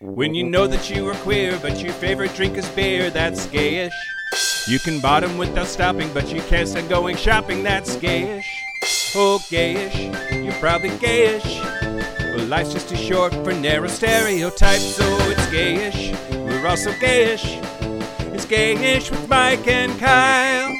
When you know that you are queer, but your favorite drink is beer, that's gayish. You can bottom without stopping, but you can't stand going shopping, that's gayish. Oh, gayish, you're probably gayish. Well, life's just too short for narrow stereotypes, so it's gayish. We're also gayish. It's gayish with Mike and Kyle.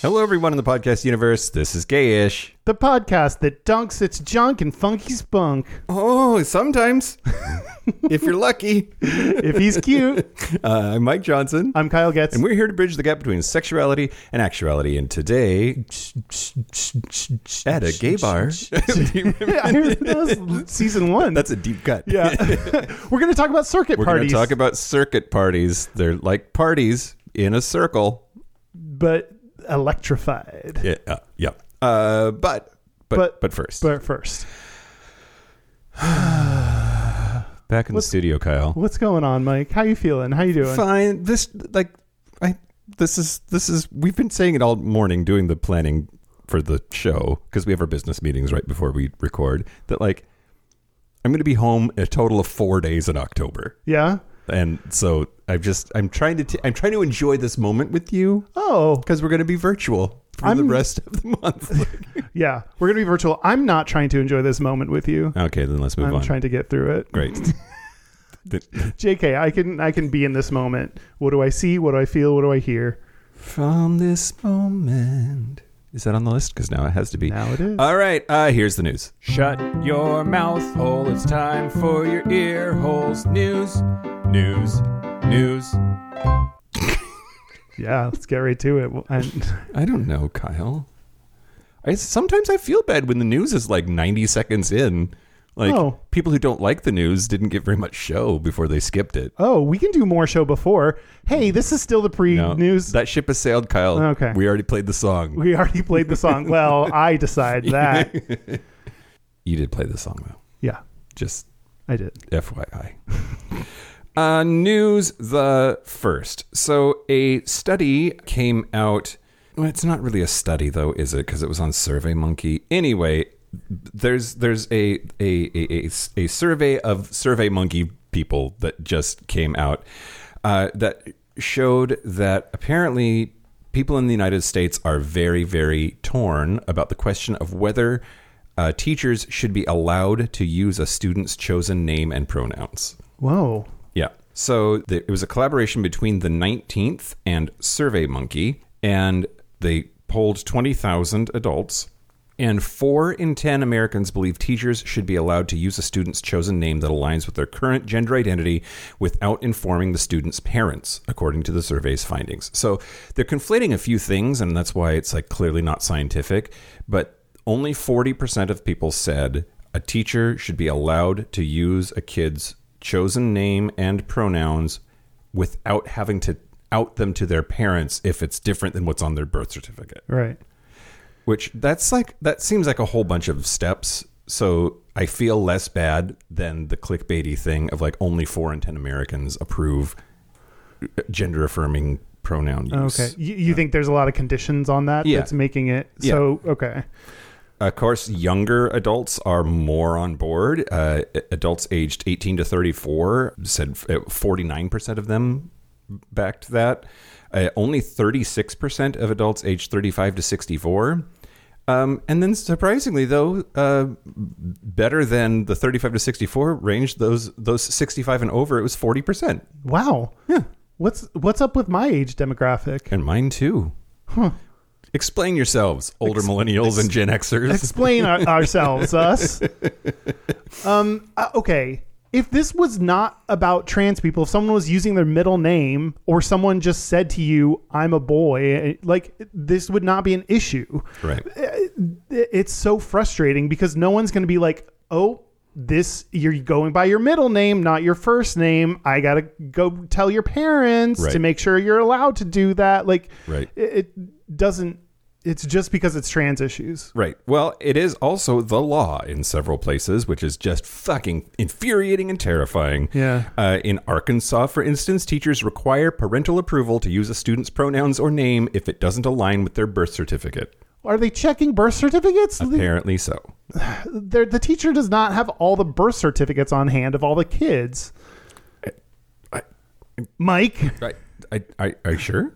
Hello, everyone in the podcast universe. This is gayish. The podcast that dunks its junk in funky spunk. Oh, sometimes, if you're lucky. If he's cute, Uh, I'm Mike Johnson. I'm Kyle Getz. And we're here to bridge the gap between sexuality and actuality. And today, at a gay bar, I heard that was season one. that's a deep cut. yeah. we're going to talk about circuit We're going parties, to talk about circuit parties. They're like parties in a circle. but electrified. Yeah. Uh, yeah. Uh, but, but, but, But- first, But first, back in the studio, Kyle. what's going on, Mike? How you feeling? How you doing? Fine. This, like, I, this is, this is, we've been saying it all morning doing the planning for the show because we have our business meetings right before we record that, like, I'm going to be home a total of four days in October. Yeah. And so I've just, I'm trying to, t- I'm trying to enjoy this moment with you. Oh, because we're going to be virtual for the I'm- rest of the month. yeah. We're going to be virtual. I'm not trying to enjoy this moment with you. okay, then let's move I'm on. trying to get through it. Great. The- JK, I can I can be in this moment. What do I see? What do I feel? What do I hear? From this moment. Is that on the list? Because now it has to be. Now it is. All right, uh, here's the news. Shut your mouth hole. It's time for your ear holes. News, news, news. yeah, let's get right to it. Well, And I don't know, Kyle. I, sometimes I feel bad when the news is like 90 seconds in. Like, Oh. people who don't like the news didn't get very much show before they skipped it. Oh, we can do more show before. Hey, this is still the pre No, news. That ship has sailed, Kyle. Okay. We already played the song. we already played the song. well, I decide that. You did play the song, though. Yeah, Just I did. FYI. uh, news the first. So, a study came out. Well, it's not really a study, though, is it? Because it was on SurveyMonkey. Anyway, there's there's a a, a, a, a survey of SurveyMonkey people that just came out uh, that showed that apparently people in the United States are very, very torn about the question of whether uh, teachers should be allowed to use a student's chosen name and pronouns. Whoa. Yeah. So the, it was a collaboration between the 19th and SurveyMonkey, and they polled 20,000 adults. And four in 10 Americans believe teachers should be allowed to use a student's chosen name that aligns with their current gender identity without informing the student's parents, according to the survey's findings. So they're conflating a few things, and that's why it's like clearly not scientific. But only 40% of people said a teacher should be allowed to use a kid's chosen name and pronouns without having to out them to their parents if it's different than what's on their birth certificate. Right. Which that's like that seems like a whole bunch of steps. So I feel less bad than the clickbaity thing of like only 4 in 10 Americans approve gender affirming pronoun use. Okay. You, you think there's a lot of conditions on that Yeah. that's making it so okay. Of course, younger adults are more on board. Uh, adults aged 18 to 34 said uh, 49% of them backed that. Uh, only 36% of adults aged 35 to 64. Um, and then surprisingly, though, uh, better than the 35 to 64 range, those those 65 and over, it was 40%. Wow. Yeah. What's what's up with my age demographic? And mine too. Explain yourselves, older millennials and Gen Xers. Explain our, ourselves, us. Um. uh, okay. If this was not about trans people, if someone was using their middle name, or someone just said to you, "I'm a boy," eh, like this would not be an issue. right. it's so frustrating because no one's going to be like, oh, this you're going by your middle name, not your first name. I gotta go tell your parents Right. to make sure you're allowed to do that. Like, Right. it, it doesn't. It's just because it's trans issues. Right. Well, it is also the law in several places, which is just fucking infuriating and terrifying. Yeah. Uh, in Arkansas, for instance, teachers require parental approval to use a student's pronouns or name if it doesn't align with their birth certificate. Are they checking birth certificates? The, Apparently so. they're- the teacher does not have all the birth certificates on hand of all the kids. Mike. I, I, I, are you sure?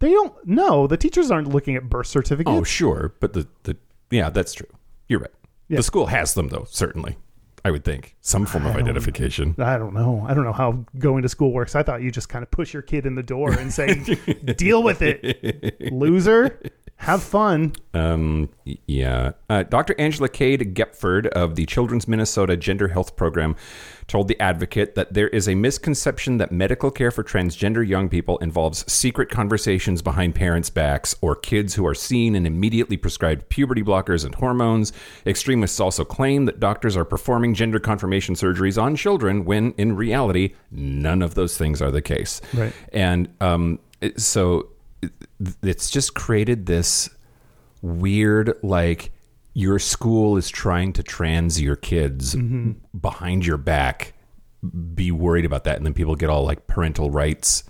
They don't no, the teachers aren't looking at birth certificates. Oh, sure. But the, the yeah, that's true. You're right. The school has them, though, certainly. I would think. Some form of identification. I don't know. I don't know how going to school works. I thought you just kind of push your kid in the door and say, "Deal with it, loser. Have fun." Um, y- yeah. Uh, Dr. Angela Cade Gepford of the Children's Minnesota Gender Health Program told The Advocate that there is a misconception that medical care for transgender young people involves secret conversations behind parents' backs or kids who are seen and immediately prescribed puberty blockers and hormones. Extremists also claim that doctors are performing gender confirmation surgeries on children when, in reality, none of those things are the case. Right. And um, it- so it- it's just created this weird like your school is trying to trans your kids Mm-hmm. behind your back be worried about that and then people get all like parental rights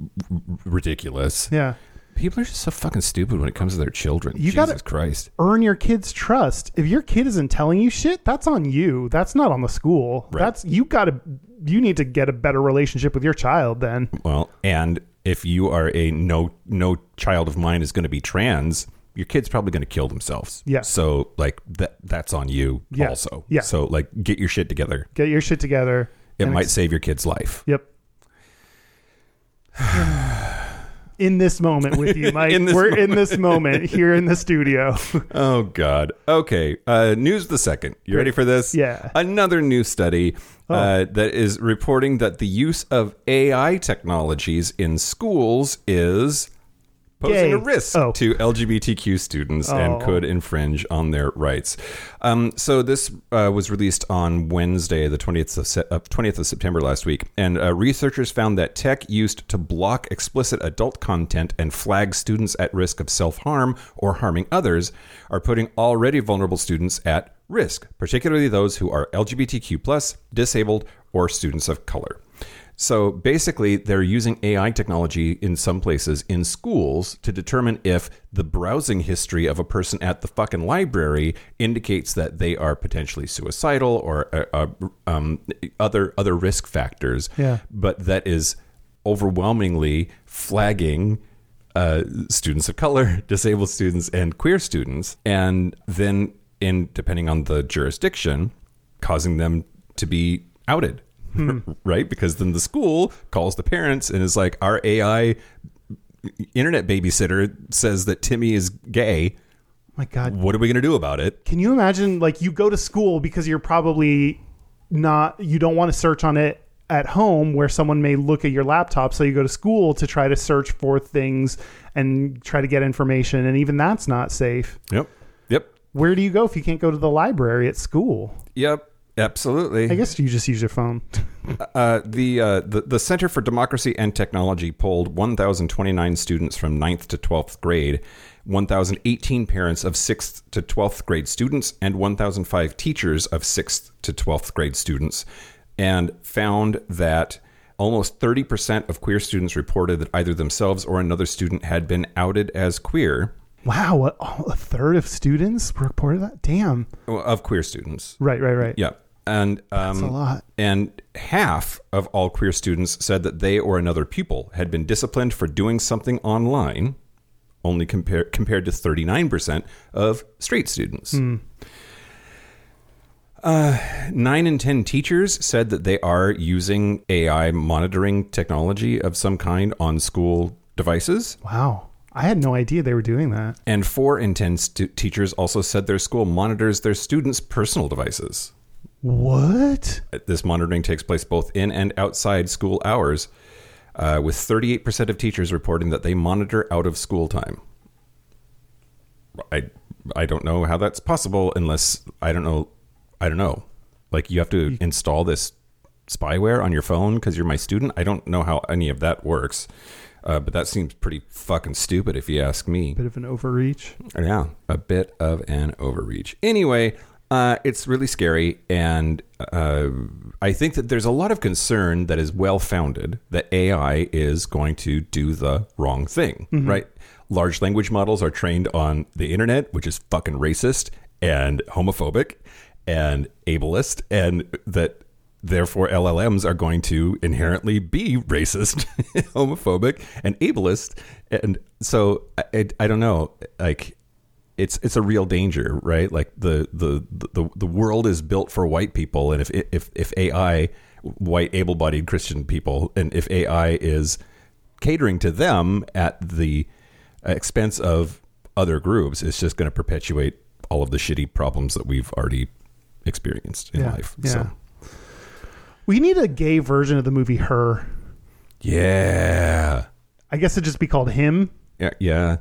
r- ridiculous Yeah. people are just so fucking stupid when it comes to their children You jesus gotta- christ Earn your kid's trust. If your kid isn't telling you shit, that's on you. That's not on the school. That's you got to you need to get a better relationship with your child then. well and if you are a no no child of mine is going to be trans your kid's probably going to kill themselves Yeah. so like that that's on you Yeah. also Yeah. so like get your shit together Get your shit together. it and might ex- save your kid's life Yep. in this moment with you, Mike. In this We're in this moment here in the studio. Oh God. Okay. Uh, news the second. You ready for this? Yeah. Oh. Another new study uh, that is reporting that the use of AI technologies in schools is posing Gay. a risk Oh. to LGBTQ students and Oh. could infringe on their rights. Um, so this uh, was released on Wednesday, the 20th of, se- uh, 20th of September last week, and uh, researchers found that tech used to block explicit adult content and flag students at risk of self-harm or harming others are putting already vulnerable students at risk, particularly those who are LGBTQ+, plus, disabled, or students of color. So basically, they're using AI technology in some places in schools to determine if the browsing history of a person at the fucking library indicates that they are potentially suicidal or uh, uh, um, other other risk factors. Yeah. But that is overwhelmingly flagging uh, students of color, disabled students, and queer students, and then in depending on the jurisdiction, causing them to be outed, right? Because then the school calls the parents and is like, "Our AI internet babysitter says that Timmy is gay. My God, What are we going to do about it?" Can you imagine like you go to school because you're probably not you don't want to search on it at home where someone may look at your laptop so you go to school to try to search for things and try to get information and even that's not safe. Yep. Yep. Where do you go if you can't go to the library at school? Yep. Absolutely. I guess you just use your phone. Uh, the, uh, the the Center for Democracy and Technology polled 1,029 students from 9th to 12th grade, 1,018 parents of 6th to 12th grade students, and 1,005 teachers of 6th to 12th grade students, and found that almost 30% of queer students reported that either themselves or another student had been outed as queer Wow, a, oh, a third of students reported that. Damn. of queer students. Right, right, right. Yeah. And That's um, a lot. And half of all queer students said that they or another pupil had been disciplined for doing something online, only compare, compared to 39% of straight students. Uh, nine in 10 teachers said that they are using AI monitoring technology of some kind on school devices. Wow. I had no idea they were doing that. And four in 10 stu- teachers also said their school monitors their students' personal devices. What? This monitoring takes place both in and outside school hours, uh, with 38% of teachers reporting that they monitor out of school time. I I don't know how that's possible unless I don't know I don't know. Like you have to install this spyware on your phone because you're my student. I don't know how any of that works, uh, but that seems pretty fucking stupid if you ask me. Bit of an overreach. Yeah, a bit of an overreach. Anyway, uh, it's really scary, and uh, I think that there's a lot of concern that is well founded that AI is going to do the wrong thing, right? Large language models are trained on the internet, which is fucking racist and homophobic and ableist, and that Therefore, LLMs are going to inherently be racist, homophobic, and ableist. And so I, I, I don't know. Like, it's it's a real danger, right? Like the the the, the world is built for white people, and if if if AI white able-bodied Christian people, and if AI is catering to them at the expense of other groups, it's just going to perpetuate all of the shitty problems that we've already experienced in Yeah, life. yeah. So We need a gay version of the movie Her. yeah, I guess it'd just be called Him. yeah, yeah.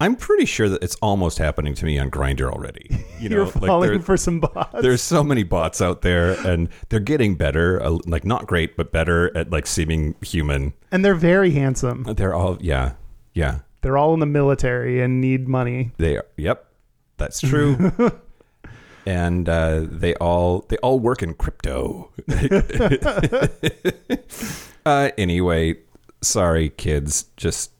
I'm pretty sure that it's almost happening to me on Grinder already. You know, You're falling there- for some bots. there's so many bots out there and they're getting better uh, like not great but better at like seeming human And they're very handsome. they're all yeah yeah They're all in the military and need money. they are yep that's true and uh, they all they all work in crypto uh, anyway sorry kids just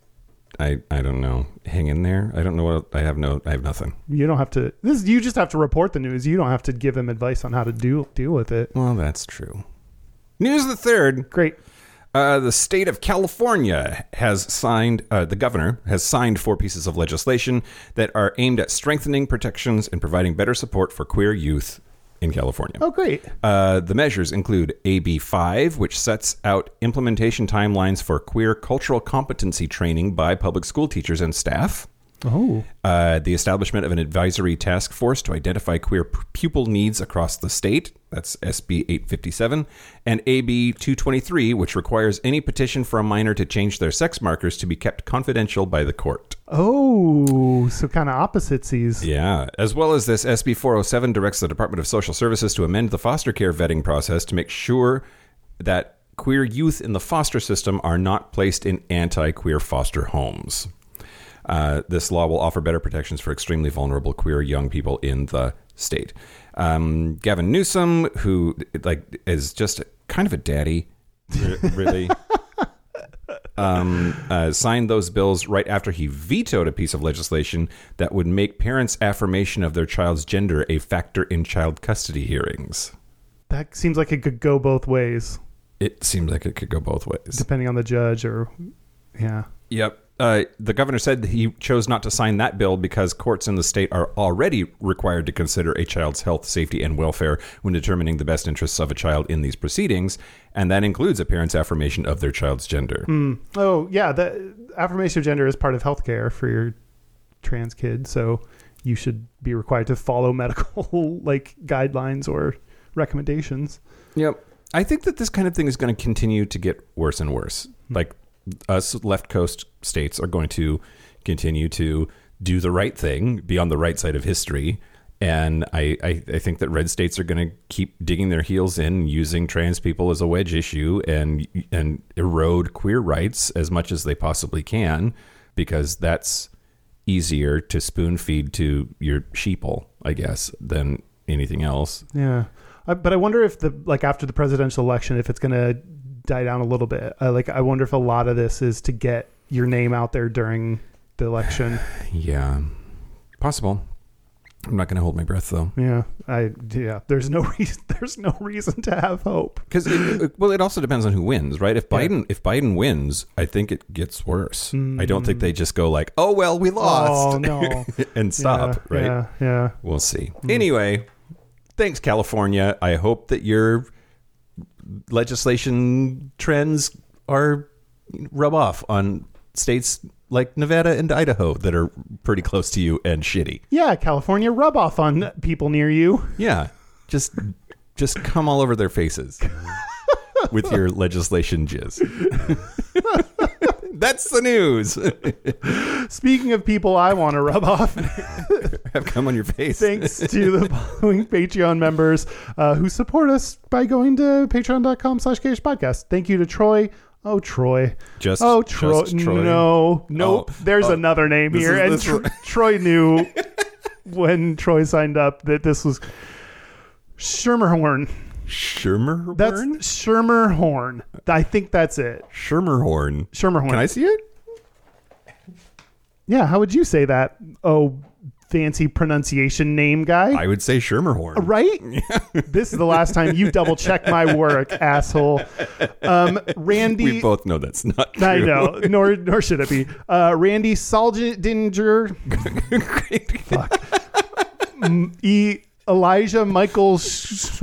i i don't know hang in there i don't know what i have no i have nothing You don't have to this you just have to report the news. You don't have to give them advice on how to do deal with it. well that's true news of the third Great. Uh, the state of California has signed, uh, the governor has signed four pieces of legislation that are aimed at strengthening protections and providing better support for queer youth in California. Oh great. Uh, the measures include AB 5, which sets out implementation timelines for queer cultural competency training by public school teachers and staff. Oh. Uh, the establishment of an advisory task force to identify queer p- pupil needs across the state. That's SB 857. And AB 223, which requires any petition for a minor to change their sex markers to be kept confidential by the court. Oh, so kind of oppositesies. Yeah. As well as this, SB 407 directs the Department of Social Services to amend the foster care vetting process to make sure that queer youth in the foster system are not placed in anti queer foster homes. Uh, this law will offer better protections for extremely vulnerable queer young people in the state. Um, Gavin Newsom, who like is just kind of a daddy, re- really. um, uh, signed those bills right after he vetoed a piece of legislation that would make parents' affirmation of their child's gender a factor in child custody hearings. That seems like it could go both ways It seems like it could go both ways. depending on the judge or yeah. Yep. Uh, the governor said that he chose not to sign that bill because courts in the state are already required to consider a child's health, safety, and welfare when determining the best interests of a child in these proceedings, and that includes a parent's affirmation of their child's gender. Oh, yeah, the affirmation of gender is part of healthcare for your trans kid, so you should be required to follow medical like guidelines or recommendations. Yep. I think that this kind of thing is going to continue to get worse and worse. Like us left coast states are going to continue to do the right thing, be on the right side of history. And I, I, I think that red states are going to keep digging their heels in, using trans people as a wedge issue, and and erode queer rights as much as they possibly can, because that's easier to spoon feed to your sheeple, I guess, than anything else. Yeah. I, but I wonder if the like after the presidential election if it's going to die down a little bit. Uh, like I wonder if a lot of this is to get your name out there during the election. Yeah, possible. I'm not going to hold my breath though, Yeah. I yeah, there's no reason there's no reason to have hope. because well, it also depends on who wins, right? If Yeah. Biden, if Biden wins, I think it gets worse. I don't think they just go like, "Oh well, we lost," Mm. Oh no. and Yeah, stop, Mm. right? Yeah. Yeah. We'll see. Anyway, thanks California. I hope that your legislation trends are rub off on states like Nevada and Idaho that are pretty close to you and shitty. Yeah, California rub off on people near you. Yeah. Just just come all over their faces with your legislation jizz. That's the news. Speaking of people I want to rub off, Have come on your face. thanks to the following Patreon members uh, who support us by going to patreon.com slash Garish podcast. Thank you to Troy. Oh, Troy. Just Oh, Troy. just Troy. No. Nope. Oh, There's oh, another name this here. is- and this Tr- Troy knew when Troy signed up that this was Schermerhorn. Schermerhorn? That's Schermerhorn. I think that's it. Schermerhorn. Schermerhorn. Can I see it? Yeah, how would you say that? Oh, fancy pronunciation name guy. I would say Schermerhorn. Right? This is the last time you double check my work, asshole. Um, Randy. We both know that's not true. I know, nor nor should it be. Uh, Randy Soldinger, M- E. Elijah Michael. Sh-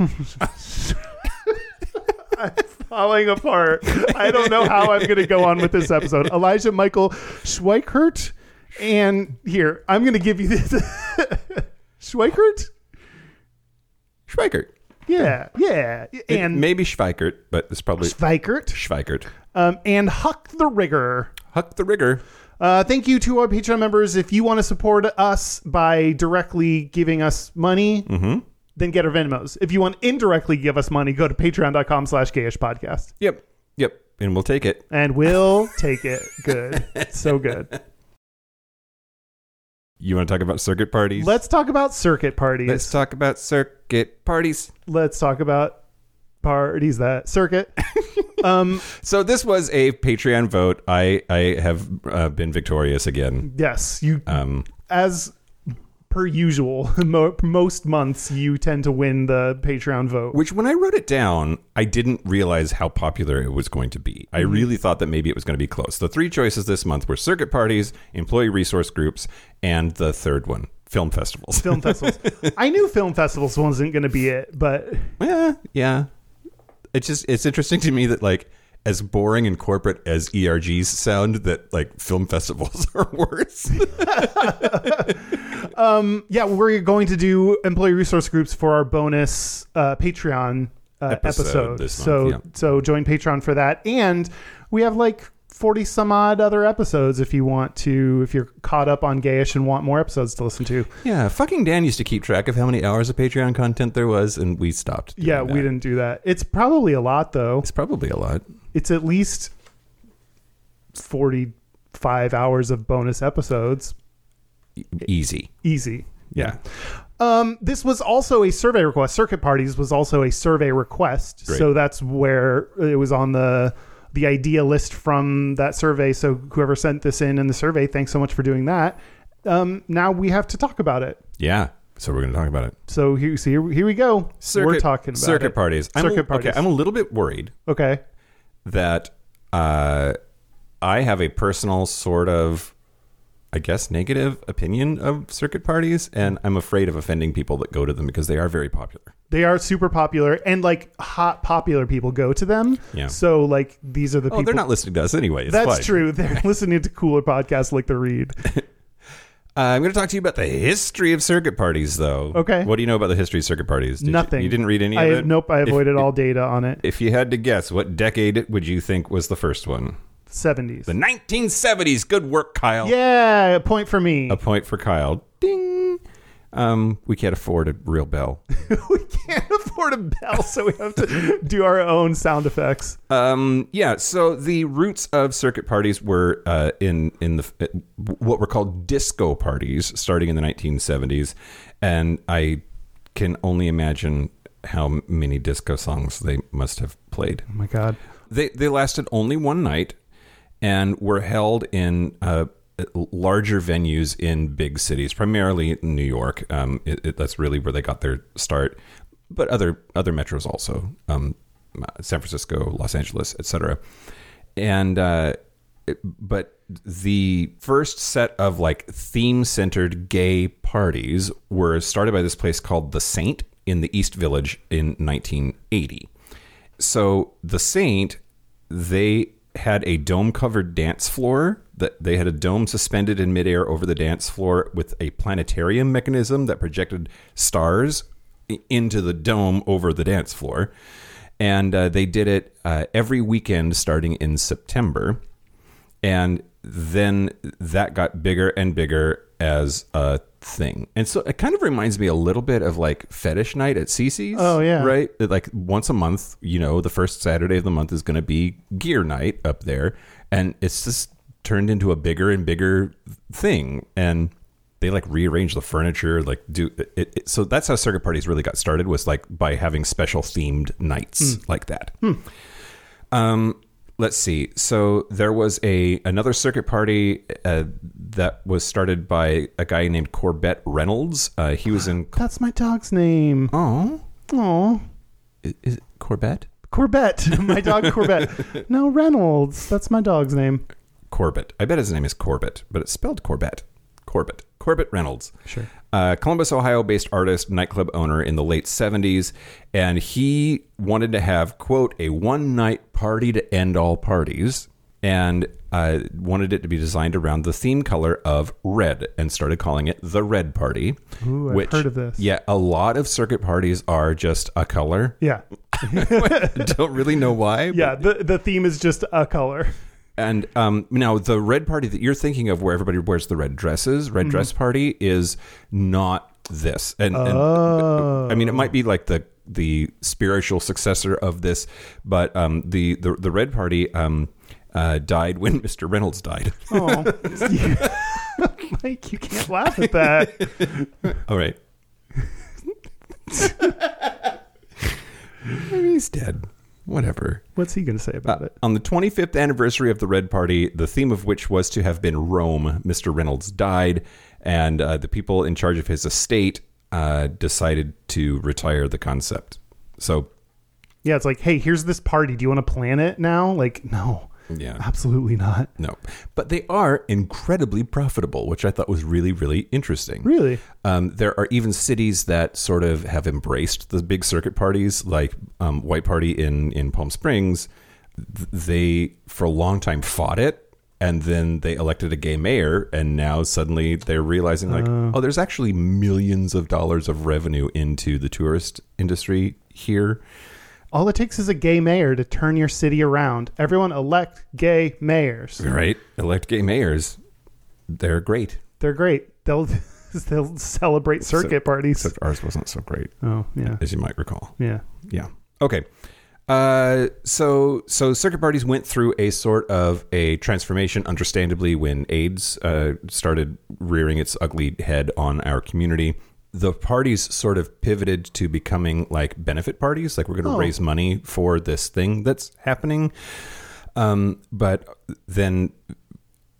I'm falling apart. I don't know how I'm going to go on with this episode. Elijah Michael Schweikert, and here I'm going to give you this. Schweikert, Schweikert. yeah, yeah, And and maybe Schweikert, but it's probably Schweikert, Schweikert. um, and Huck the Rigger. Huck the rigger. Uh, thank you to our Patreon members. If you want to support us by directly giving us money, Mm-hmm. then get our Venmos. If you want indirectly give us money, go to patreon.com slash gayish podcast. Yep. Yep. And we'll take it. And we'll take it. Good. So good. You want to talk about circuit parties? Let's talk about circuit parties. Let's Let's, talk about circuit parties. talk about parties that circuit. um, So this was a Patreon vote. I I have uh, been victorious again. yes, you Um, as per usual, mo- most months you tend to win the Patreon vote. which when I wrote it down, I didn't realize how popular it was going to be. I really thought that maybe it was going to be close. The three choices this month were circuit parties, employee resource groups, and the third one, film festivals. Film festivals. I knew film festivals wasn't going to be it, but yeah, yeah. It's just it's interesting to me that like as boring and corporate as ERGs sound, that like film festivals are worse. yeah, we're going to do employee resource groups for our bonus uh, Patreon uh, Episode episode. this month, so yeah. so join Patreon for that, and we have like forty some odd other episodes if you want to. If you're caught up on gayish and want more episodes to listen to, yeah, fucking Dan used to keep track of how many hours of Patreon content there was, and we stopped. doing yeah, we that. didn't do that. It's probably a lot though. It's probably a lot. It's at least forty five hours of bonus episodes. E- Easy. Easy. Yeah. Um, this was also a survey request. Circuit parties was also a survey request, Great. so that's where it was on the the idea list from that survey. So whoever sent this in in the survey, thanks so much for doing that. Um, now we have to talk about it. Yeah. So we're going to talk about it. So here, so here, here we go. We're talking about circuit it. parties. I'm Circuit a, parties. Okay, I'm a little bit worried Okay. that uh, I have a personal sort of, I guess, negative opinion of circuit parties, and I'm afraid of offending people that go to them because they are very popular. They are super popular, and like hot popular people go to them. Yeah. So like these are the Oh, people. they're not listening to us anyway. It's that's fine. true. They're listening to cooler podcasts like The Read. Uh, I'm going to talk to you about the history of circuit parties, though. Okay. What do you know about the history of circuit parties? Did you- Nothing. You, didn't read any I, of it. Nope. I If- avoided all data on it. If you had to guess, what decade would you think was the first one? Seventies. The 1970s. Good work, Kyle. Yeah, a point for me. A point for Kyle. Ding. Um, we can't afford a real bell. we can't afford a bell, so we have to do our own sound effects. Um, yeah. So the roots of circuit parties were uh, in in the uh, what were called disco parties, starting in the 1970s, and I can only imagine how many disco songs they must have played. Oh my god. They they lasted only one night, and were held in uh, larger venues in big cities, primarily in New York. Um, it, it, that's really where they got their start, but other other metros also, um, San Francisco, Los Angeles, etc. And uh, it- but the first set of like theme centered gay parties were started by this place called the Saint in the East Village in 1980. So the Saint, they had a dome covered dance floor that they had a dome suspended in midair over the dance floor with a planetarium mechanism that projected stars i- into the dome over the dance floor. And uh, they did it uh, every weekend starting in September. And then that got bigger and bigger as a thing. And so it kind of reminds me a little bit of like fetish night at Cece's. Oh, yeah. Right? That, like once a month, you know, the first Saturday of the month is going to be gear night up there, and it's just turned into a bigger and bigger thing, and they like rearrange the furniture, like do it, it. So that's how circuit parties really got started was like by having special themed nights like that. Um, let's see. So there was a another circuit party uh, that was started by a guy named Corbett Reynolds. Uh, he was in. That's my dog's name. Oh, Oh, is, is it Corbett? Corbett. My dog Corbett. no, Reynolds. That's my dog's name. Corbett. I bet his name is Corbett, but it's spelled Corbett. Corbett. Corbett Reynolds. Sure. Uh, Columbus, Ohio based artist, nightclub owner in the late 70s. And he wanted to have, quote, a one night party to end all parties and uh, wanted it to be designed around the theme color of red and started calling it the Red Party. Ooh, I've heard of this. Yeah, a lot of circuit parties are just a color. Yeah. Don't really know why. but- Yeah. The, the theme is just a color. And um, now the red party that you're thinking of, where everybody wears the red dresses, red dress party, is not this. And, and- Oh. I mean, it might be like the the spiritual successor of this, but um, the, the the red party um, uh, died when Mr. Reynolds died. Oh. Mike, you can't laugh at that. All right, I mean, he's dead. Whatever. What's he going to say about it? On the 25th anniversary of the Red Party, the theme of which was to have been Rome, Mr. Reynolds died, and uh, the people in charge of his estate uh, decided to retire the concept. So, Yeah, it's like, hey, here's this party. Do you want to plan it now? Like, no, yeah, absolutely not. no. But they are incredibly profitable, which I thought was really, really interesting. Really? Um, there are even cities that sort of have embraced the big circuit parties, like um, White Party in in Palm Springs. Th- They for a long time fought it, and then they elected a gay mayor, and now suddenly they're realizing like, oh, there's actually millions of dollars of revenue into the tourist industry here. All it takes is a gay mayor to turn your city around. Everyone elect gay mayors. Right? Elect gay mayors, they're great. They're great. They'll they'll celebrate circuit parties. Except ours wasn't so great, oh yeah, as you might recall. yeah. Yeah. Okay. Uh, so so circuit parties went through a sort of a transformation, understandably, when AIDS uh, started rearing its ugly head on our community. The parties sort of pivoted to becoming like benefit parties, like we're going to Oh. raise money for this thing that's happening. Um, but then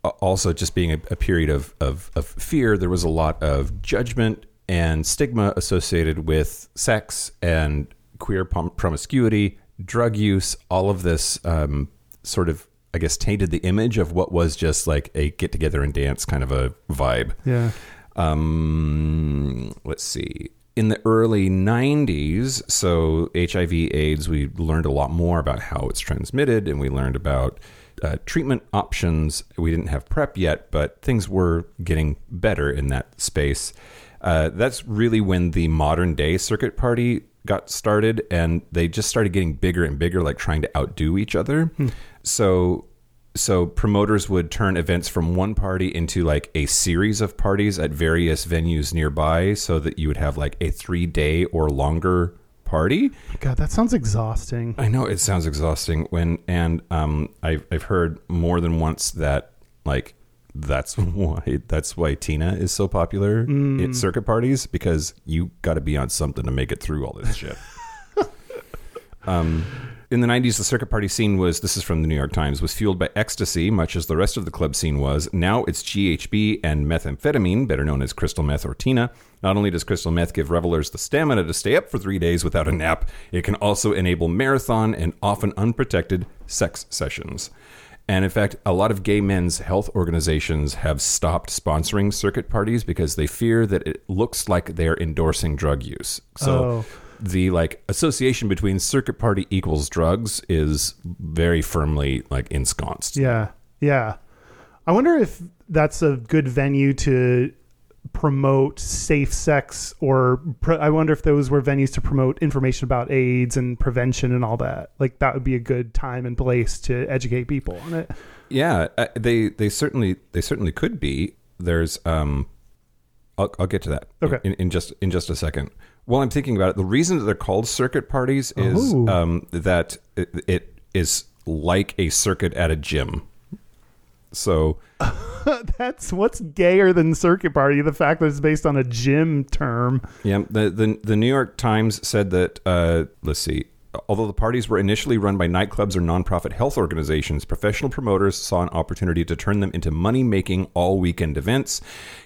a- also just being a, a period of, of, of fear, there was a lot of judgment and stigma associated with sex and queer prom- promiscuity, drug use. All of this um, sort of, I guess, tainted the image of what was just like a get together and dance kind of a vibe. Yeah. Um, let's see. In the early 90s, so HIV AIDS, we learned a lot more about how it's transmitted and we learned about uh, treatment options. We didn't have PrEP yet, but things were getting better in that space. Uh, that's really when the modern day circuit party got started and they just started getting bigger and bigger, like trying to outdo each other. So so promoters would turn events from one party into like a series of parties at various venues nearby so that you would have like a 3-day or longer party. God, that sounds exhausting. I know it sounds exhausting when and um I've I've heard more than once that like that's why that's why Tina is so popular at circuit parties because you got to be on something to make it through all this shit. um in the 90s the circuit party scene was this is from the New York Times was fueled by ecstasy much as the rest of the club scene was. Now it's GHB and methamphetamine better known as crystal meth or Tina. Not only does crystal meth give revelers the stamina to stay up for 3 days without a nap, it can also enable marathon and often unprotected sex sessions. And in fact, a lot of gay men's health organizations have stopped sponsoring circuit parties because they fear that it looks like they're endorsing drug use. So Oh. the like association between circuit party equals drugs is very firmly like ensconced. Yeah. Yeah. I wonder if that's a good venue to promote safe sex or pro- I wonder if those were venues to promote information about AIDS and prevention and all that. Like that would be a good time and place to educate people on it. Yeah, uh, they they certainly they certainly could be. There's um, I'll, I'll get to that. Okay. In, in just in just a second. While I'm thinking about it, the reason that they're called circuit parties is Oh. um, that it, it is like a circuit at a gym. So that's what's gayer than circuit party, the fact that it's based on a gym term. yeah, the the, the New York Times said that uh, let's see. although the parties were initially run by nightclubs or nonprofit health organizations, professional promoters saw an opportunity to turn them into money making all weekend events.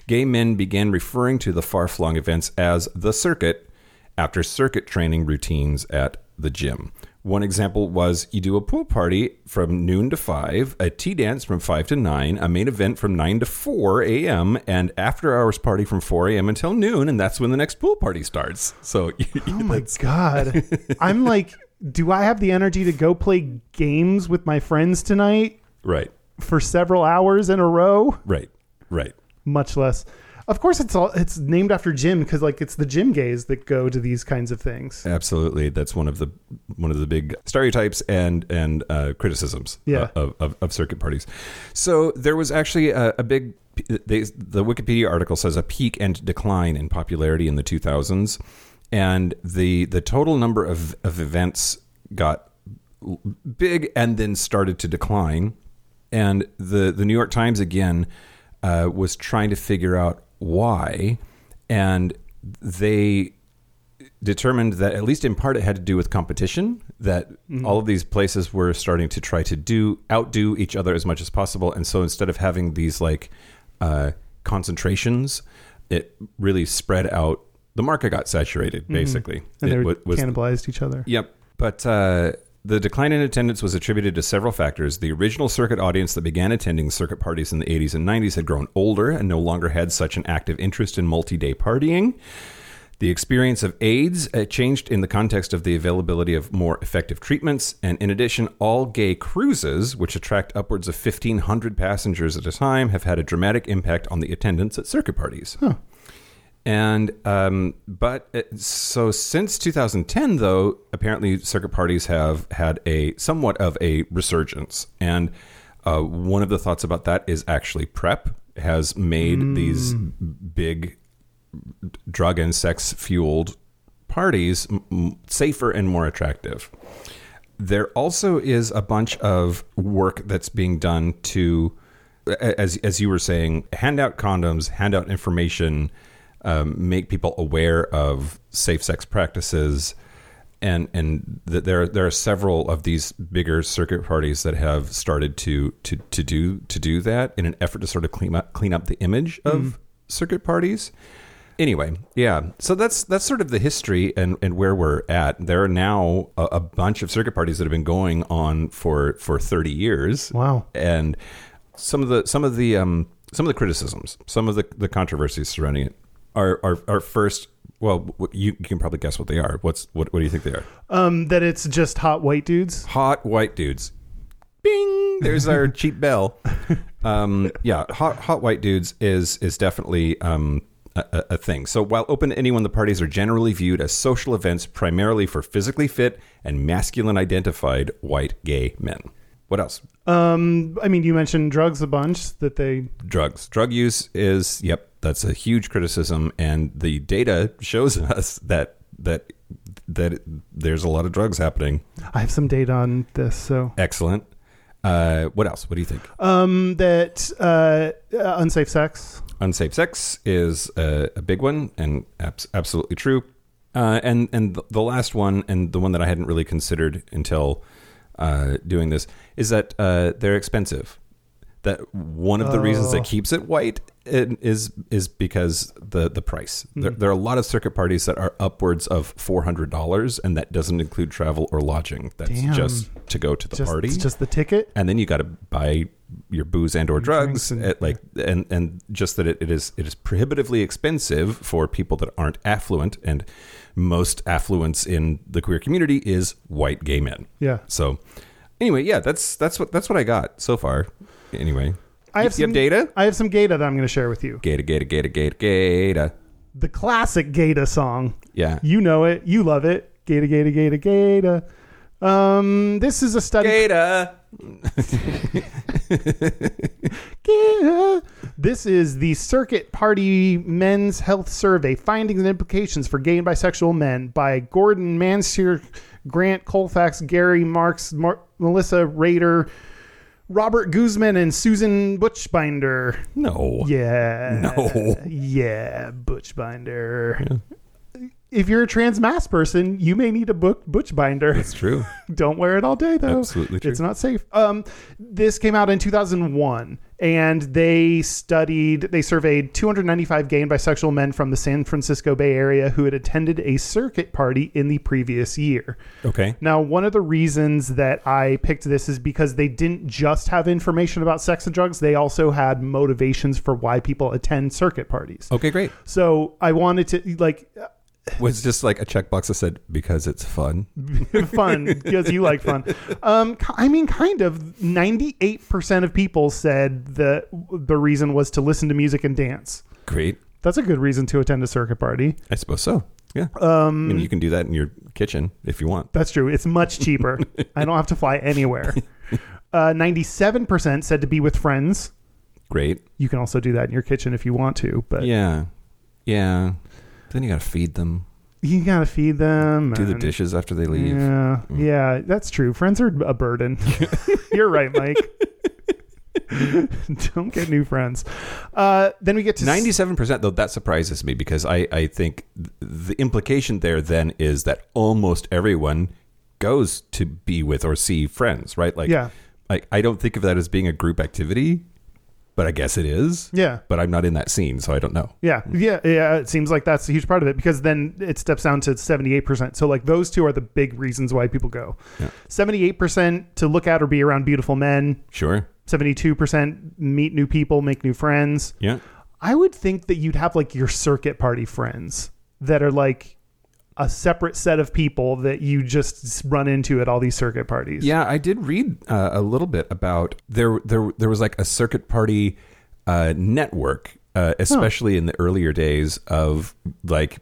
Gay men began referring to the far flung events as the circuit after circuit training routines at the gym. One example was you do a pool party from noon to 5, a tea dance from 5 to 9, a main event from 9 to 4 a.m., and after hours party from 4 a.m. until noon, and that's when the next pool party starts. So, Oh my god. I'm like, do I have the energy to go play games with my friends tonight right, for several hours in a row? right, right. Much less. Of course it's all it's named after gym because like it's the gym gays that go to these kinds of things. Absolutely, that's one of the one of the big stereotypes and and uh, criticisms Yeah. of, of, of circuit parties. So there was actually a, a big. They, the Wikipedia article says a peak and decline in popularity in the 2000s, and the the total number of, of events got l- big and then started to decline. And the the New York Times again uh, was trying to figure out why, and they determined that at least in part it had to do with competition that Mm-hmm. all of these places were starting to try to do outdo each other as much as possible and so instead of having these like uh, concentrations it really spread out the market got saturated basically Mm-hmm. And it they wa- was cannibalized each other. Yep. But uh, the decline in attendance was attributed to several factors. The original circuit audience that began attending circuit parties in the 80s and 90s had grown older and no longer had such an active interest in multi day partying. The experience of AIDS uh, changed in the context of the availability of more effective treatments. And in addition, all gay cruises, which attract upwards of 1,500 passengers at a time, have had a dramatic impact on the attendance at circuit parties. And um, but uh, so since 2010, though, apparently circuit parties have had a somewhat of a resurgence. And uh, one of the thoughts about that is actually PrEP has made these big drug and sex fueled parties m- m- safer and more attractive. There also is a bunch of work that's being done to, a- as as you were saying, hand out condoms, hand out information, um, make people aware of safe sex practices, and and th- there there are several of these bigger circuit parties that have started to to to do to do that in an effort to sort of clean up clean up the image of circuit parties anyway yeah so that's that's sort of the history and and where we're at there are now a, a bunch of circuit parties that have been going on for for 30 years Wow. and some of the some of the um some of the criticisms some of the the controversies surrounding it are are, are first well w- you, you can probably guess what they are what's what, what do you think they are Um that it's just hot white dudes. hot white dudes. Bing! There's our cheap bell. Um, yeah, hot hot white dudes is is definitely um, a, a a thing. So while open to anyone, the parties are generally viewed as social events, primarily for physically fit and masculine identified white gay men. What else? Um I mean you mentioned drugs a bunch that they drugs. Drug use is yep, that's a huge criticism, and the data shows us that that that there's a lot of drugs happening. I have some data on this so Excellent. Uh, what else? What do you think? um that uh uh, unsafe sex unsafe sex is a, a big one and abs- absolutely true. Uh, and and th- the last one and the one that I hadn't really considered until uh, doing this is that uh, they're expensive. That one of the reasons Oh. that keeps it white i- is is because the the price. Hmm. There, there are a lot of circuit parties that are upwards of four hundred dollars, and that doesn't include travel or lodging. That's Damn. just to go to the just party it's just the ticket and then you got to buy your booze and or drugs drinks and- at like and and just that it, it is it is prohibitively expensive for people that aren't affluent and most affluence in the queer community is white gay men yeah so anyway yeah that's that's what that's what i got so far anyway I have you, you some- have data I have some Gata that I'm going to share with you. gata gata gata gata gata The classic Gata song. yeah You know it. You love it. Gata, Gata, Gata, Gata. Um, this is a study. gata Gata. This is the Circuit Party Men's Health Survey Findings and Implications for Gay and Bisexual Men by Gordon Mansier, Grant Colfax, Gary Marks, Mar- Melissa Rader, Robert Guzman, and Susan Butchbinder. no Yeah. No. Yeah, Butchbinder. if you're a trans mass person, you may need a book butch binder. It's true. Don't wear it all day though. Absolutely true. It's not safe. Um, this came out in 2001 and they studied they surveyed 295 gay and bisexual men from the San Francisco Bay Area who had attended a circuit party in the previous year. Okay. Now, one of the reasons that I picked this is because they didn't just have information about sex and drugs, they also had motivations for why people attend circuit parties. Okay, great. So, I wanted to like Was just like a checkbox that said because it's fun. fun because you like fun. Um, ki- I mean, kind of. Ninety-eight percent of people said that the reason was to listen to music and dance. Great. That's a good reason to attend a circuit party. I suppose so. Yeah. Um, I mean, you can do that in your kitchen if you want. That's true. It's much cheaper. I don't have to fly anywhere. Uh, Ninety-seven percent said to be with friends. Great. You can also do that in your kitchen if you want to, but Yeah. Yeah. Then you got to feed them, you gotta feed them. do the and- dishes after they leave. Mm. Yeah, yeah, that's true. Friends are a burden. You're right, Mike. Don't get new friends. Uh, then we get to s- 97% though that surprises me because I, I think th- the implication there then is that almost everyone goes to be with or see friends right like Yeah. like I don't think of that as being a group activity but I guess it is Yeah. but I'm not in that scene so I don't know Yeah, yeah, yeah. It seems like that's a huge part of it because then it steps down to seventy-eight percent. So like those two are the big reasons why people go. Yeah. Seventy-eight percent to look at or be around beautiful men. sure Seventy-two percent meet new people, make new friends. yeah I would think that you'd have like your circuit party friends that are like a separate set of people that you just run into at all these circuit parties. Yeah, I did read uh, a little bit about there. There, there was like a circuit party uh, network, uh, especially in the earlier days of like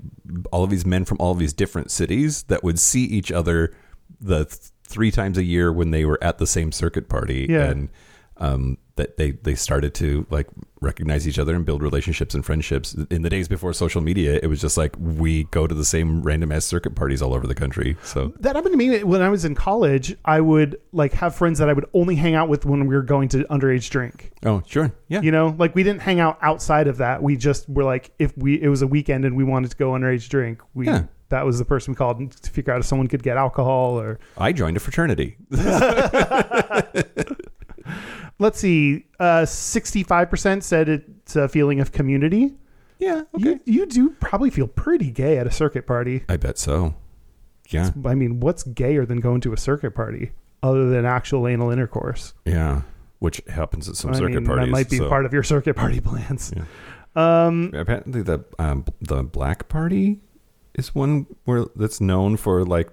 all of these men from all of these different cities that would see each other the th- three times a year when they were at the same circuit party, Yeah. and um, that they they started to like recognize each other and build relationships and friendships. In the days before social media, it was just like we go to the same random ass circuit parties all over the country. So That happened to me when I was in college. I would like have friends that I would only hang out with when we were going to underage drink. oh sure, yeah, You know, like we didn't hang out outside of that. We just were like, if we it was a weekend and we wanted to go underage drink, we Yeah. that was the person we called to figure out if someone could get alcohol or I joined a fraternity. let's see. Uh, sixty-five percent said it's a feeling of community. Yeah. You, you do probably feel pretty gay at a circuit party. I bet so. Yeah. I mean, what's gayer than going to a circuit party other than actual anal intercourse? Yeah. Which happens at some I circuit mean, parties. that might be so- part of your circuit party plans. Yeah. Um, Apparently, the um, the black party is one where that's known for like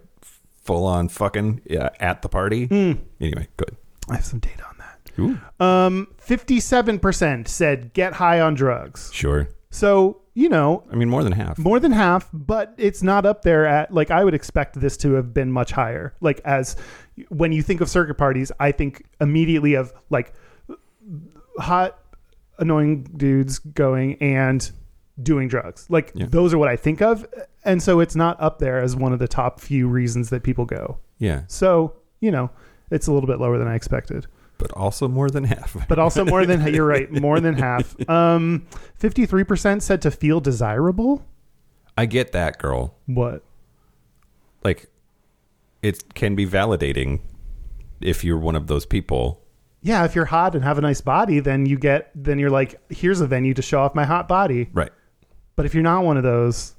full on fucking yeah, at the party. Hmm. Anyway, good. I have some data on that. Ooh, Um, fifty-seven percent said get high on drugs. sure. So you know. I mean, more than half. More than half, but it's not up there at like I would expect this to have been much higher. Like as when you think of circuit parties, I think immediately of like hot, annoying dudes going and doing drugs. Like Yeah. those are what I think of. And so it's not up there as one of the top few reasons that people go. Yeah, So, you know, it's a little bit lower than I expected. but also more than half. But also more than you're right, more than half. Um 53% said to feel desirable. I get that, girl. What? Like, it can be validating if you're one of those people. Yeah, if you're hot and have a nice body, then you get then you're like, here's a venue to show off my hot body. Right. But if you're not one of those,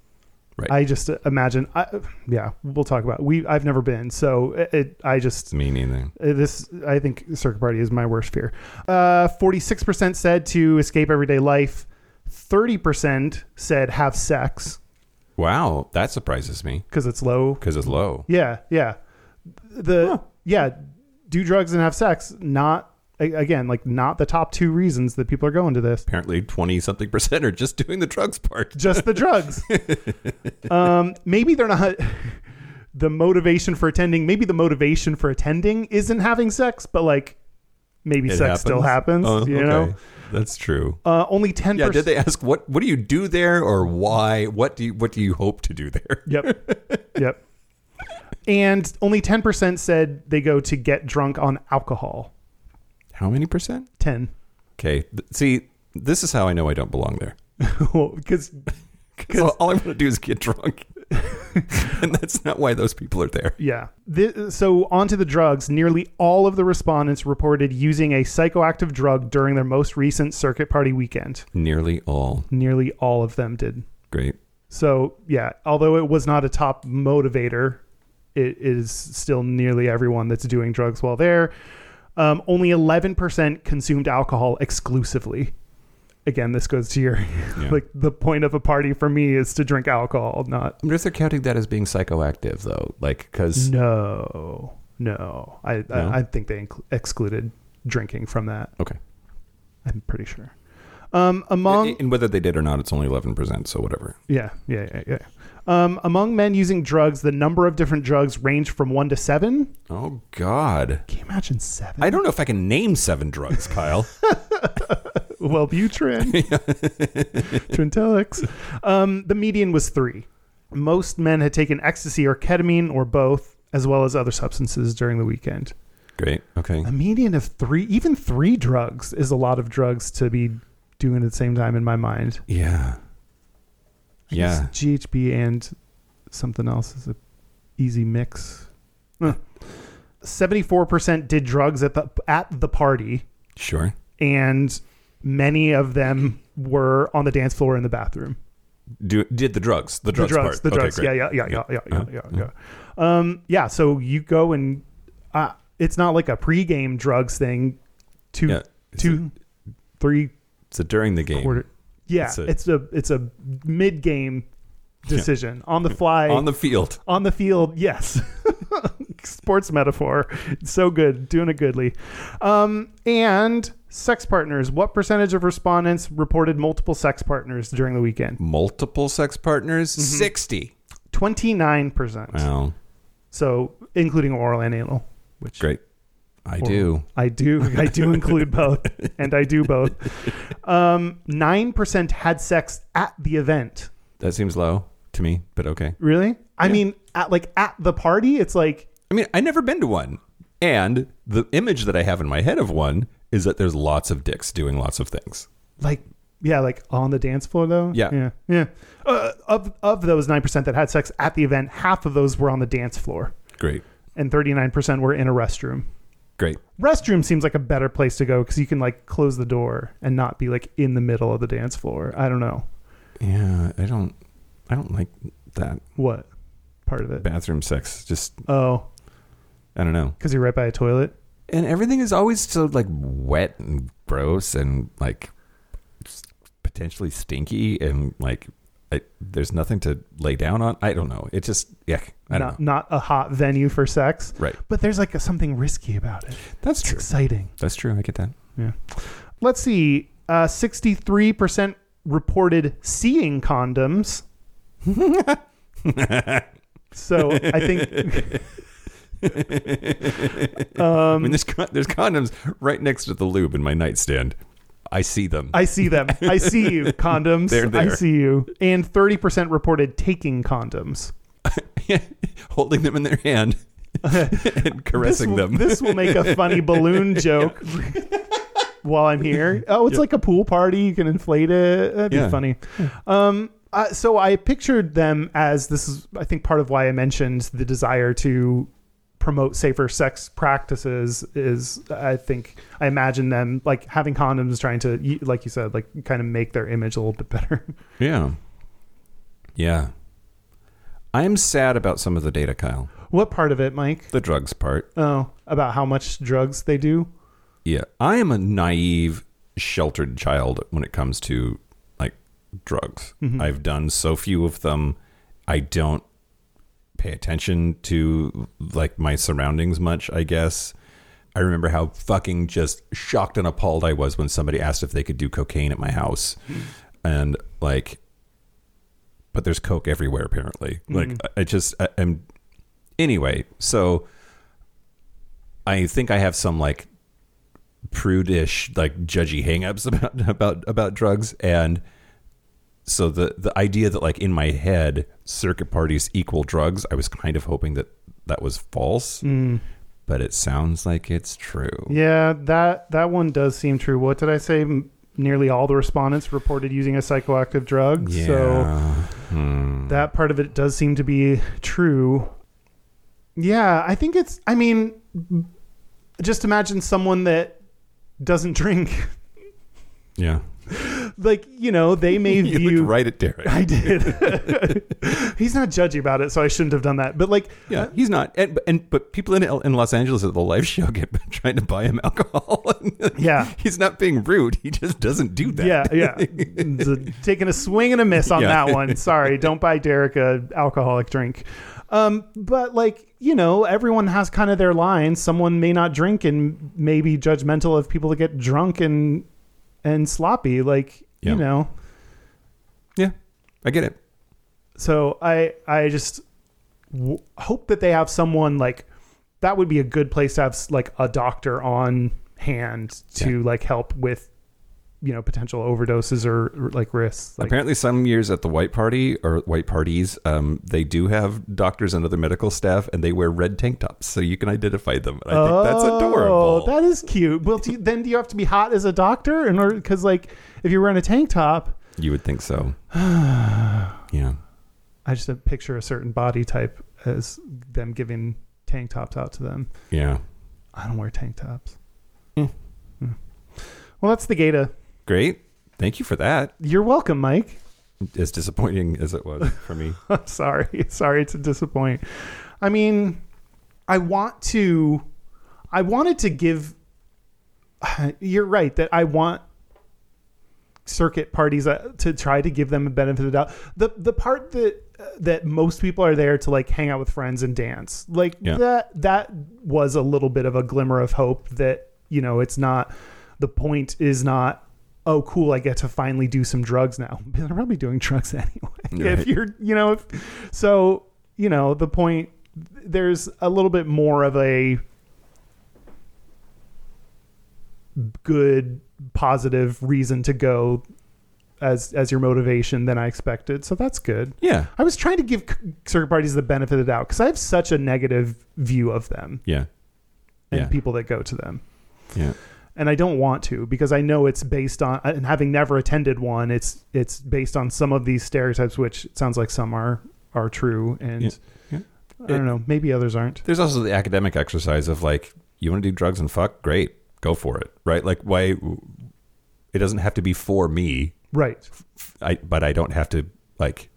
Right. I just imagine. I, yeah, we'll talk about. We I've never been, so it, it I just Me neither. uh, this I think circuit party is my worst fear. Uh, Forty six percent said to escape everyday life. Thirty percent said have sex Wow, that surprises me because it's low. because it's low. Yeah, yeah. The yeah, do drugs and have sex. Not a- again, like not the top two reasons that people are going to this. apparently 20 something percent are just doing the drugs part. just the drugs. um, maybe they're not. The motivation for attending, maybe the motivation for attending isn't having sex, but like maybe It sex still happens. Oh, you okay. know, That's true. uh, only ten Yeah, percent. did they ask what what do you do there or why? What do you what do you hope to do there? Yep, yep. And only ten percent said they go to get drunk on alcohol. How many percent? Ten, Okay. th- See, this is how I know I don't belong there. because 'Cause all I want to do is get drunk. and that's not why those people are there. Yeah. Thi- so, onto the drugs. Nearly all of the respondents reported using a psychoactive drug during their most recent circuit party weekend. Nearly all. Nearly all of them did. Great. So, yeah, although it was not a top motivator, it is still nearly everyone that's doing drugs while there. Um, only 11% consumed alcohol exclusively. Again, this goes to your Yeah. like the point of a party for me is to drink alcohol, not I wonder if they're counting that as being psychoactive, though. Like, because No, no. I No? I, I think they inc- excluded drinking from that. okay, I'm pretty sure. Um, among and whether they did or not, it's only 11%, so whatever. yeah, yeah, yeah, yeah. Um, among men using drugs, the number of different drugs range from one to seven. Oh, God. Can you imagine seven? I don't know if I can name seven drugs, Kyle. well, Butrin, Trintellix. Um, the median was three. Most men had taken ecstasy or ketamine or both, as well as other substances during the weekend. Great. Okay. a median of three even three drugs is a lot of drugs to be doing at the same time in my mind Yeah. I Yeah. guess ghb and something else is a easy mix Huh. 74% did drugs at the at the party Sure. and many of them were on the dance floor in the bathroom Do, did the drugs. The drugs, the drugs, part. the Okay, drugs. great. yeah, yeah, yeah, yeah, yeah, Uh-huh. yeah, yeah, yeah. Um, yeah. So you go and uh, it's not like a pregame drugs thing. Two, Yeah. It's two, three So during the game. quarter. Yeah, It's it's a- a it's a, mid game decision on the fly On the field. on the field. Yes, sports metaphor. It's so good, doing it goodly. Um, and sex partners. What percentage of respondents reported multiple sex partners during the weekend? Multiple sex Mm-hmm. partners? 60. Twenty nine percent. Wow. So including oral and anal, which Great. I Or- do. I do I do include both, and I do both. Um, nine percent had sex at the event. That seems low to me, but okay. Really? I mean, at like at the party, it's like I mean, I've never been to one. And the image that I have in my head of one is that there's lots of dicks doing lots of things. like yeah, like on the dance floor though. Yeah. yeah, yeah. Uh, of of those nine percent that had sex at the event, half of those were on the dance floor, Great. and thirty nine percent were in a restroom. Great. Restroom seems like a better place to go because you can like close the door and not be like in the middle of the dance floor. I don't know Yeah, I don't I don't like that what part of it. bathroom sex. Just Oh, I don't know. because you're right by a toilet. And everything is always so like wet and gross and like s- potentially stinky and like I, there's nothing to lay down on. I don't know. It just yeah, I don't not, know. not a hot venue for sex. Right. But there's like a, something risky about it. That's It's true. exciting. That's true. I get that. Let's see. Uh, 63% reported seeing condoms. so I think I Um, mean, there's con- there's condoms right next to the lube in my nightstand. I see them. I see them. I see you, condoms. They're there. I see you. And 30% reported taking condoms. holding them in their hand and This caressing will, them. this will make a funny balloon joke while I'm here. Oh, it's like a pool party. You can inflate it. That'd be Yeah. funny. Um, uh, so I pictured them as this is, I think, part of why I mentioned the desire to promote safer sex practices is I think I imagine them like having condoms trying to y- like you said like kind of make their image a little bit better Yeah. Yeah. I'm sad about some of the data, Kyle. what part of it Mike The drugs part. oh about how much drugs they do Yeah. I am a naive, sheltered child when it comes to like drugs. I've done so few of them. I don't pay attention to like my surroundings much, I guess. I remember how fucking just shocked and appalled I was when somebody asked if they could do cocaine at my house. And like but there's coke everywhere apparently. Mm-hmm. Like I- I just I, am anyway, so I think I have some like prudish like judgy hangups about about about drugs and so the the idea that like in my head circuit parties equal drugs i was kind of hoping that that was false Mm. Hmm. but it sounds like it's true Yeah, that that one does seem true. What did I say? M- Nearly all the respondents reported using a psychoactive drug. So Hmm. That part of it does seem to be true. Yeah, I think it's. I mean, just imagine someone that doesn't drink. Yeah. Like you know, they may You, view. looked right at Derek. I did. He's not judgy about it, so I shouldn't have done that. But like, yeah, he's not. And, but- and but people in L- in Los Angeles at the live show get trying to buy him alcohol. yeah, he's not being rude. He just doesn't do that. yeah, yeah. The- taking a swing and a miss on Yeah. that one. Sorry, don't buy Derek a alcoholic drink. Um, but like you know, everyone has kind of their lines. Someone may not drink and may be judgmental of people that get drunk and and sloppy. Like Yeah. you know, yeah. I get it. so I I just w- hope that they have someone like that would be a good place to have s- like a doctor on hand to like help with you know potential overdoses or, or, like risks. Like, Apparently, some years at the white party or white parties, um, they do have doctors and other medical staff, and they wear red tank tops, so you can identify them. And I think that's adorable. Oh, that is cute. Well, do you, then do you have to be hot as a doctor in order? Because like if you're wearing a tank top, you would think so. yeah. I just picture a certain body type as them giving tank tops out to them. Yeah. I don't wear tank tops. Hmm. Hmm. Well, that's the Gata. Great. Thank you for that. You're welcome, Mike. As disappointing as it was for me. I'm sorry. Sorry to disappoint. I mean, I want to I wanted to give you're right that I want circuit parties uh, to try to give them a benefit of the doubt. The the part that uh, that most people are there to like hang out with friends and dance. Like Yeah. that that was a little bit of a glimmer of hope that, you know, it's not the point is not oh cool, I get to finally do some drugs now. They're probably doing drugs anyway. If Right. you're, you know, if, so, you know, the point there's a little bit more of a good positive reason to go as as your motivation than I expected. So that's good. Yeah. I was trying to give c- circuit parties the benefit of the doubt because I have such a negative view of them Yeah. and Yeah. people that go to them. Yeah. And I don't want to because I know it's based on and having never attended one, it's it's based on some of these stereotypes, which it sounds like some are are true and Yeah. Yeah. I don't know, maybe others aren't. There's also the academic exercise of like, you want to do drugs and fuck? Great. Go for it. Right? Like, why? It doesn't have to be for me, Right. I, but I don't have to like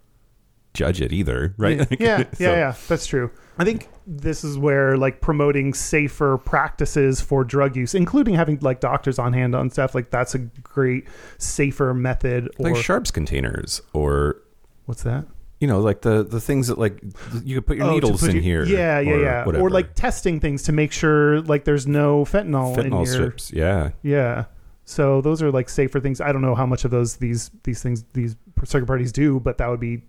judge it either. Right? Yeah, yeah, So- yeah, yeah. That's true. I think this is where like promoting safer practices for drug use, including having like doctors on hand on stuff, like that's a great safer method. Or Like sharps containers or what's that? you know, like the the things that like you could put your Oh, to needles put in your- here. Yeah, yeah, or yeah. whatever. Or like testing things to make sure like there's no fentanyl, in fentanyl your strips. Yeah, Yeah. So those are like safer things. I don't know how much of those these these things these circuit parties do, but that would be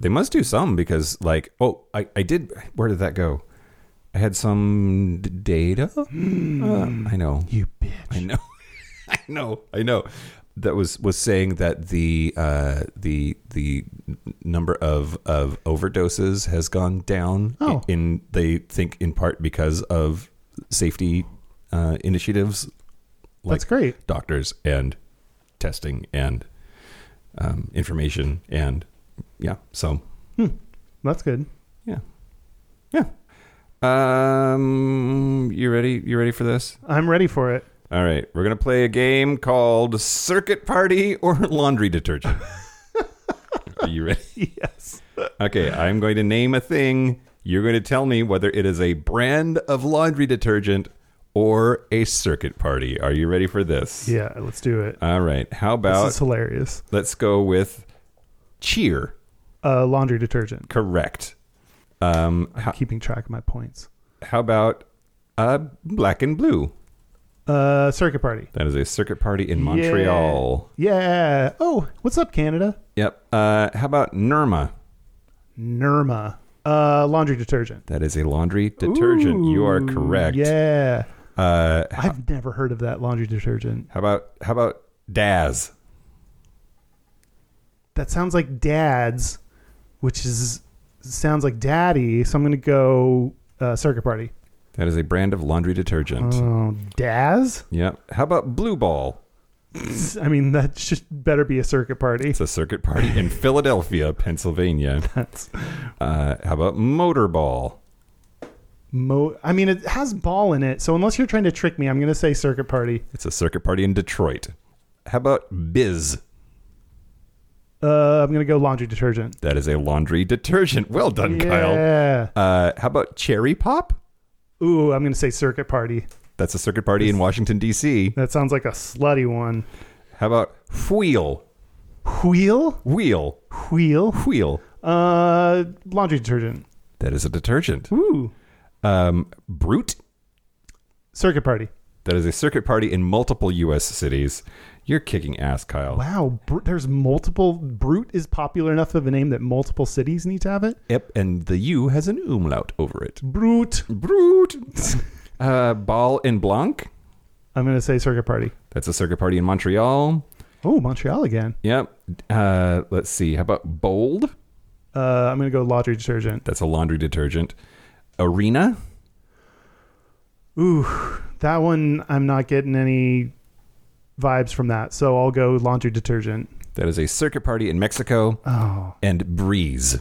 they must do some because like oh, I I did. Where did that go? I had some d- data. Hmm. Uh, I know. you bitch. I know. I know. I know. That was was saying that the uh, the the number of of overdoses has gone down. Oh. In they think in part because of safety uh, initiatives like That's great. doctors and testing and um, information and yeah so That's good. yeah yeah um you ready you ready for this I'm ready for it. all right we're gonna play a game called circuit party or laundry detergent are you ready Yes. okay i'm going to name a thing you're going to tell me whether it is a brand of laundry detergent or a circuit party are you ready for this Yeah, let's do it. all right how about This is hilarious. Let's go with cheer. Uh, laundry detergent. Correct. Um, how, Keeping track of my points. how about uh, black and blue? Uh, circuit party. That is a circuit party in Montreal. Yeah. Oh, what's up, Canada? Yep. Uh, how about Nirma? Nirma. Uh, laundry detergent. That is a laundry detergent. you are Ooh, correct. Yeah. Uh, I've never heard of that laundry detergent. how about how about Daz? That sounds like dad's, which is sounds like daddy. So I'm gonna go uh, circuit party. Uh. That is a brand of laundry detergent. Oh, Daz. Yep. How about Blue Ball? I mean, that just better be a circuit party. It's a circuit party in Philadelphia, Pennsylvania. That's Uh, how about Motorball? mo. I mean, it has ball in it, so unless you're trying to trick me, I'm going to say circuit party. It's a circuit party in Detroit. How about Biz? Uh, I'm going to go laundry detergent. That is a laundry detergent. Well done, Kyle. Yeah. Uh, how about Cherry Pop? Ooh, I'm going to say circuit party. That's a circuit party in Washington, D.C. That sounds like a slutty one. How about Wheel? Wheel? Wheel. Wheel? Wheel. Uh, laundry detergent. That is a detergent. Ooh. Um, Brute? Circuit party. That is a circuit party in multiple U.S. cities. You're kicking ass, Kyle. Wow, br- there's multiple. Brute is popular enough of a name that multiple cities need to have it. Yep, and the U has an umlaut over it. Brute. Brute. uh, Ball and Blanc. I'm going to say circuit party. That's a circuit party in Montreal. Oh, Montreal again. Yep. Uh, let's see. How about Bold? Uh, I'm going to go laundry detergent. That's a laundry detergent. Arena. Ooh, that one, I'm not getting any vibes from that. So I'll go laundry detergent. That is a circuit party in Mexico. Oh, And Breeze.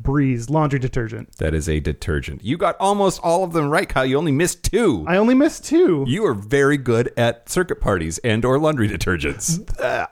breeze, laundry detergent. That is a detergent. You got almost all of them right, Kyle. You only missed two. I only missed two. you are very good at circuit parties and or laundry detergents.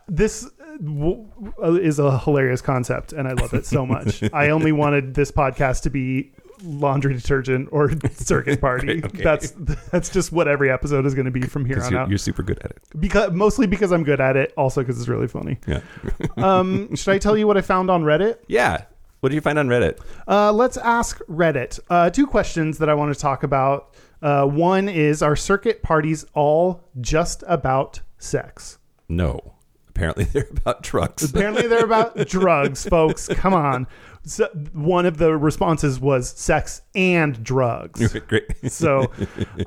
This uh, w- uh, is a hilarious concept, and I love it so much. I only wanted this podcast to be laundry detergent or circuit party. okay. That's that's just what every episode is going to be from here 'Cause on you're, out. you're super good at it. because mostly because I'm good at it, also because it's really funny. Yeah. Um, should I tell you what I found on Reddit? yeah. What did you find on Reddit? Uh, let's ask Reddit. Uh, two questions that I want to talk about. Uh, one is Are circuit parties all just about sex? No. Apparently they're about trucks. Apparently, they're about drugs, folks. Come on. So, one of the responses was sex and drugs. Great. So,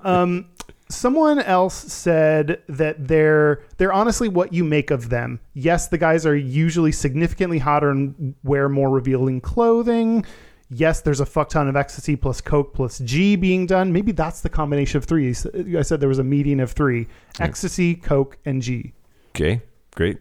um, someone else said that they're they're honestly what you make of them. Yes, the guys are usually significantly hotter and wear more revealing clothing. Yes, there's a fuck ton of ecstasy plus coke plus G being done. Maybe that's the combination of three. I said there was a median of three: ecstasy, coke, and G. Okay, great.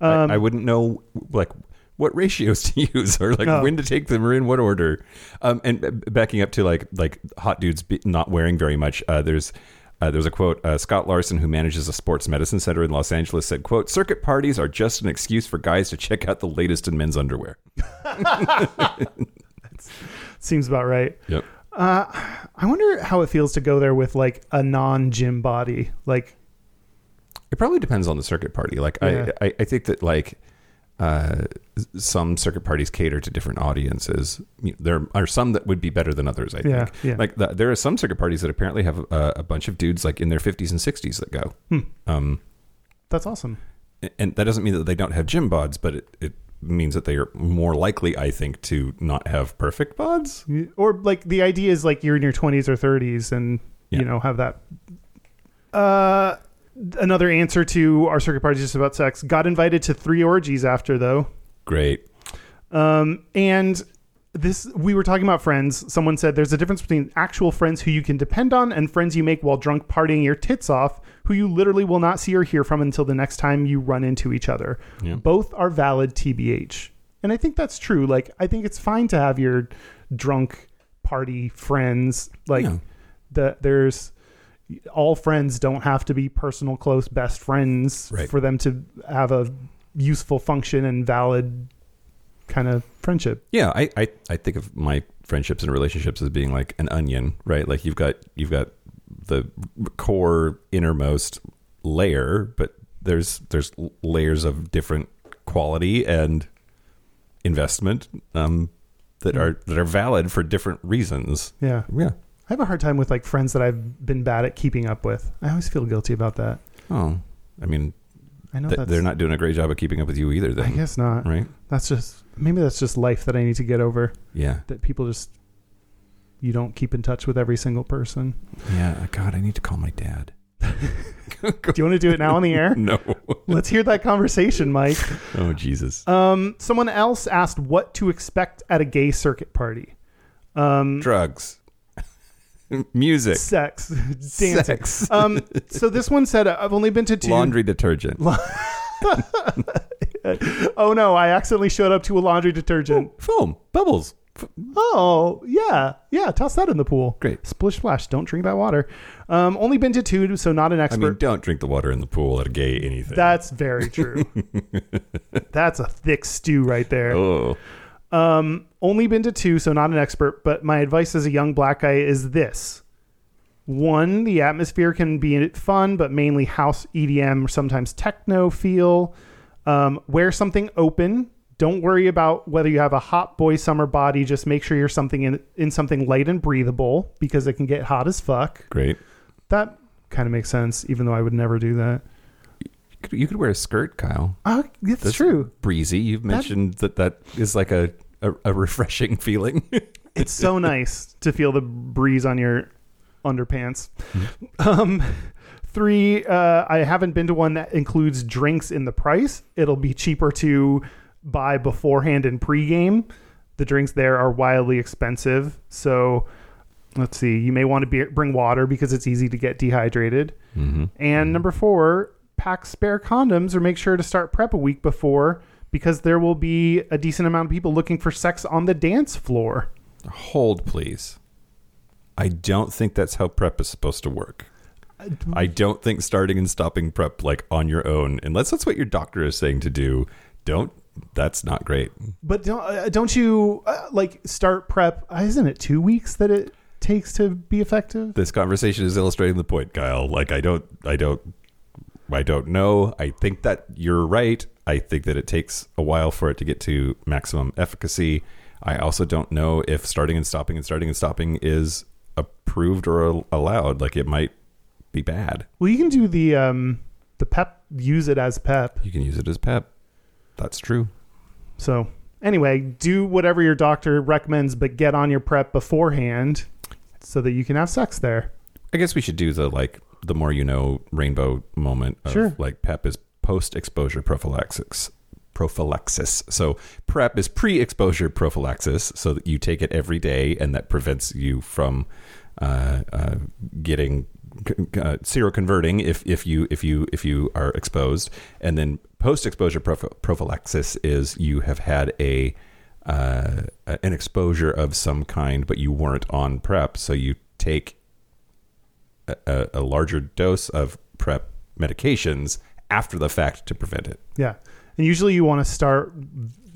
I, I wouldn't know like what ratios to use or like Oh. when to take them or in what order. Um, and b- backing up to like like hot dudes be- not wearing very much. Uh, there's uh, there's a quote uh, Scott Larson, who manages a sports medicine center in Los Angeles, said, "quote Circuit parties are just an excuse for guys to check out the latest in men's underwear." Seems about right. Yep. I wonder how it feels to go there with like a non gym body. Like, It probably depends on the circuit party. Like Yeah. I, I, I think that like uh, s- some circuit parties cater to different audiences. You know, there are some that would be better than others. I Yeah, think. yeah. Like the, there are some circuit parties that apparently have uh, a, a bunch of dudes like in their fifties and sixties that go. Hmm. Um, that's awesome. a- and that doesn't mean that they don't have gym bods, but it, it means that they are more likely, I think, to not have perfect bods. Or like the idea is like you're in your 20s or 30s and, Yeah. you know, have that. Uh, another answer to our circuit party just about sex. Got invited to three orgies after, though. Great. Um, and this we were talking about friends. Someone said there's a difference between actual friends who you can depend on and friends you make while drunk partying your tits off, who you literally will not see or hear from until the next time you run into each other. Both are valid TBH. And I think that's true. Like I think it's fine to have your drunk party friends. Like Yeah. the there's all friends don't have to be personal close best friends Right. for them to have a useful function and valid kind of friendship. Yeah, I, I, I think of my friendships and relationships as being like an onion, right? Like you've got you've got the core innermost layer, but there's there's layers of different quality and investment um, that are that are valid for different reasons. Yeah. Yeah. I have a hard time with like friends that I've been bad at keeping up with. I always feel guilty about that. Oh, I mean, I know th- that's they're not Mm. doing a great job of keeping up with you either, I then, guess not. right? That's just maybe that's just life that I need to get over Yeah. that people just you don't keep in touch with every single person. Yeah. God, I need to call my dad. Do you want to do it now on the air? No. Let's hear that conversation, Mike. Oh, Jesus. Um, someone else asked what to expect at a gay circuit party. Um, Drugs. Music. sex, dancing. Sex. Um, so this one said, "I've only been to two Laundry detergent. Oh no, I accidentally showed up to a laundry detergent. Foam. Bubbles. F- Oh, yeah. Yeah, toss that in the pool. Great. Splish splash. Don't drink that water. Um, only been to two, so not an I expert. mean, don't drink the water in the pool at a gay anything. That's very true. That's a thick stew right there. oh. Um, only been to two, so not an expert, but my advice as a young black guy is this. One, the atmosphere can be fun, but mainly house EDM or sometimes techno feel. Um, wear something open. Don't worry about whether you have a hot boy summer body. Just make sure you're something in, in something light and breathable because it can get hot as fuck. Great. That kind of makes sense, even though I would never do that. You could, you could wear a skirt, Kyle. Uh, it's That's true. Breezy. You've mentioned that that is like a, a, a refreshing feeling. It's so nice to feel the breeze on your underpants. Um, three, uh, I haven't been to one that includes drinks in the price. It'll be cheaper to buy beforehand and pregame. The drinks there are wildly expensive. So let's see, you may want to be, bring water because it's easy to get dehydrated. And number four, pack spare condoms or make sure to start prep a week before because there will be a decent amount of people looking for sex on the dance floor. Hold, please. I don't think that's how prep is supposed to work. I don't think starting and stopping prep like on your own, unless that's what your doctor is saying to do, don't. That's not great. But don't, uh, don't you uh, like start prep? uh, Isn't it two weeks that it takes to be effective? This conversation is illustrating the point, Kyle. Like I don't, I don't, I don't know. I think that you're right. I think that it takes a while for it to get to maximum efficacy. I also don't know if starting and stopping and starting and stopping is approved or al- allowed. Like it might be bad. Well, you can do the um, the pep. Use it as pep. You can use it as pep. That's true. So anyway, do whatever your doctor recommends, but get on your prep beforehand so that you can have sex there. I guess we should do the like the more you know rainbow moment of Sure. like PEP is post exposure prophylaxis prophylaxis. So PrEP is pre exposure prophylaxis so that you take it every day and that prevents you from uh, uh, getting uh, seroconverting if, if you if you if you are exposed and then post exposure prophy- prophylaxis is you have had a uh, an exposure of some kind but you weren't on prep so you take a- a, a larger dose of prep medications after the fact to prevent it. Yeah, and usually you want to start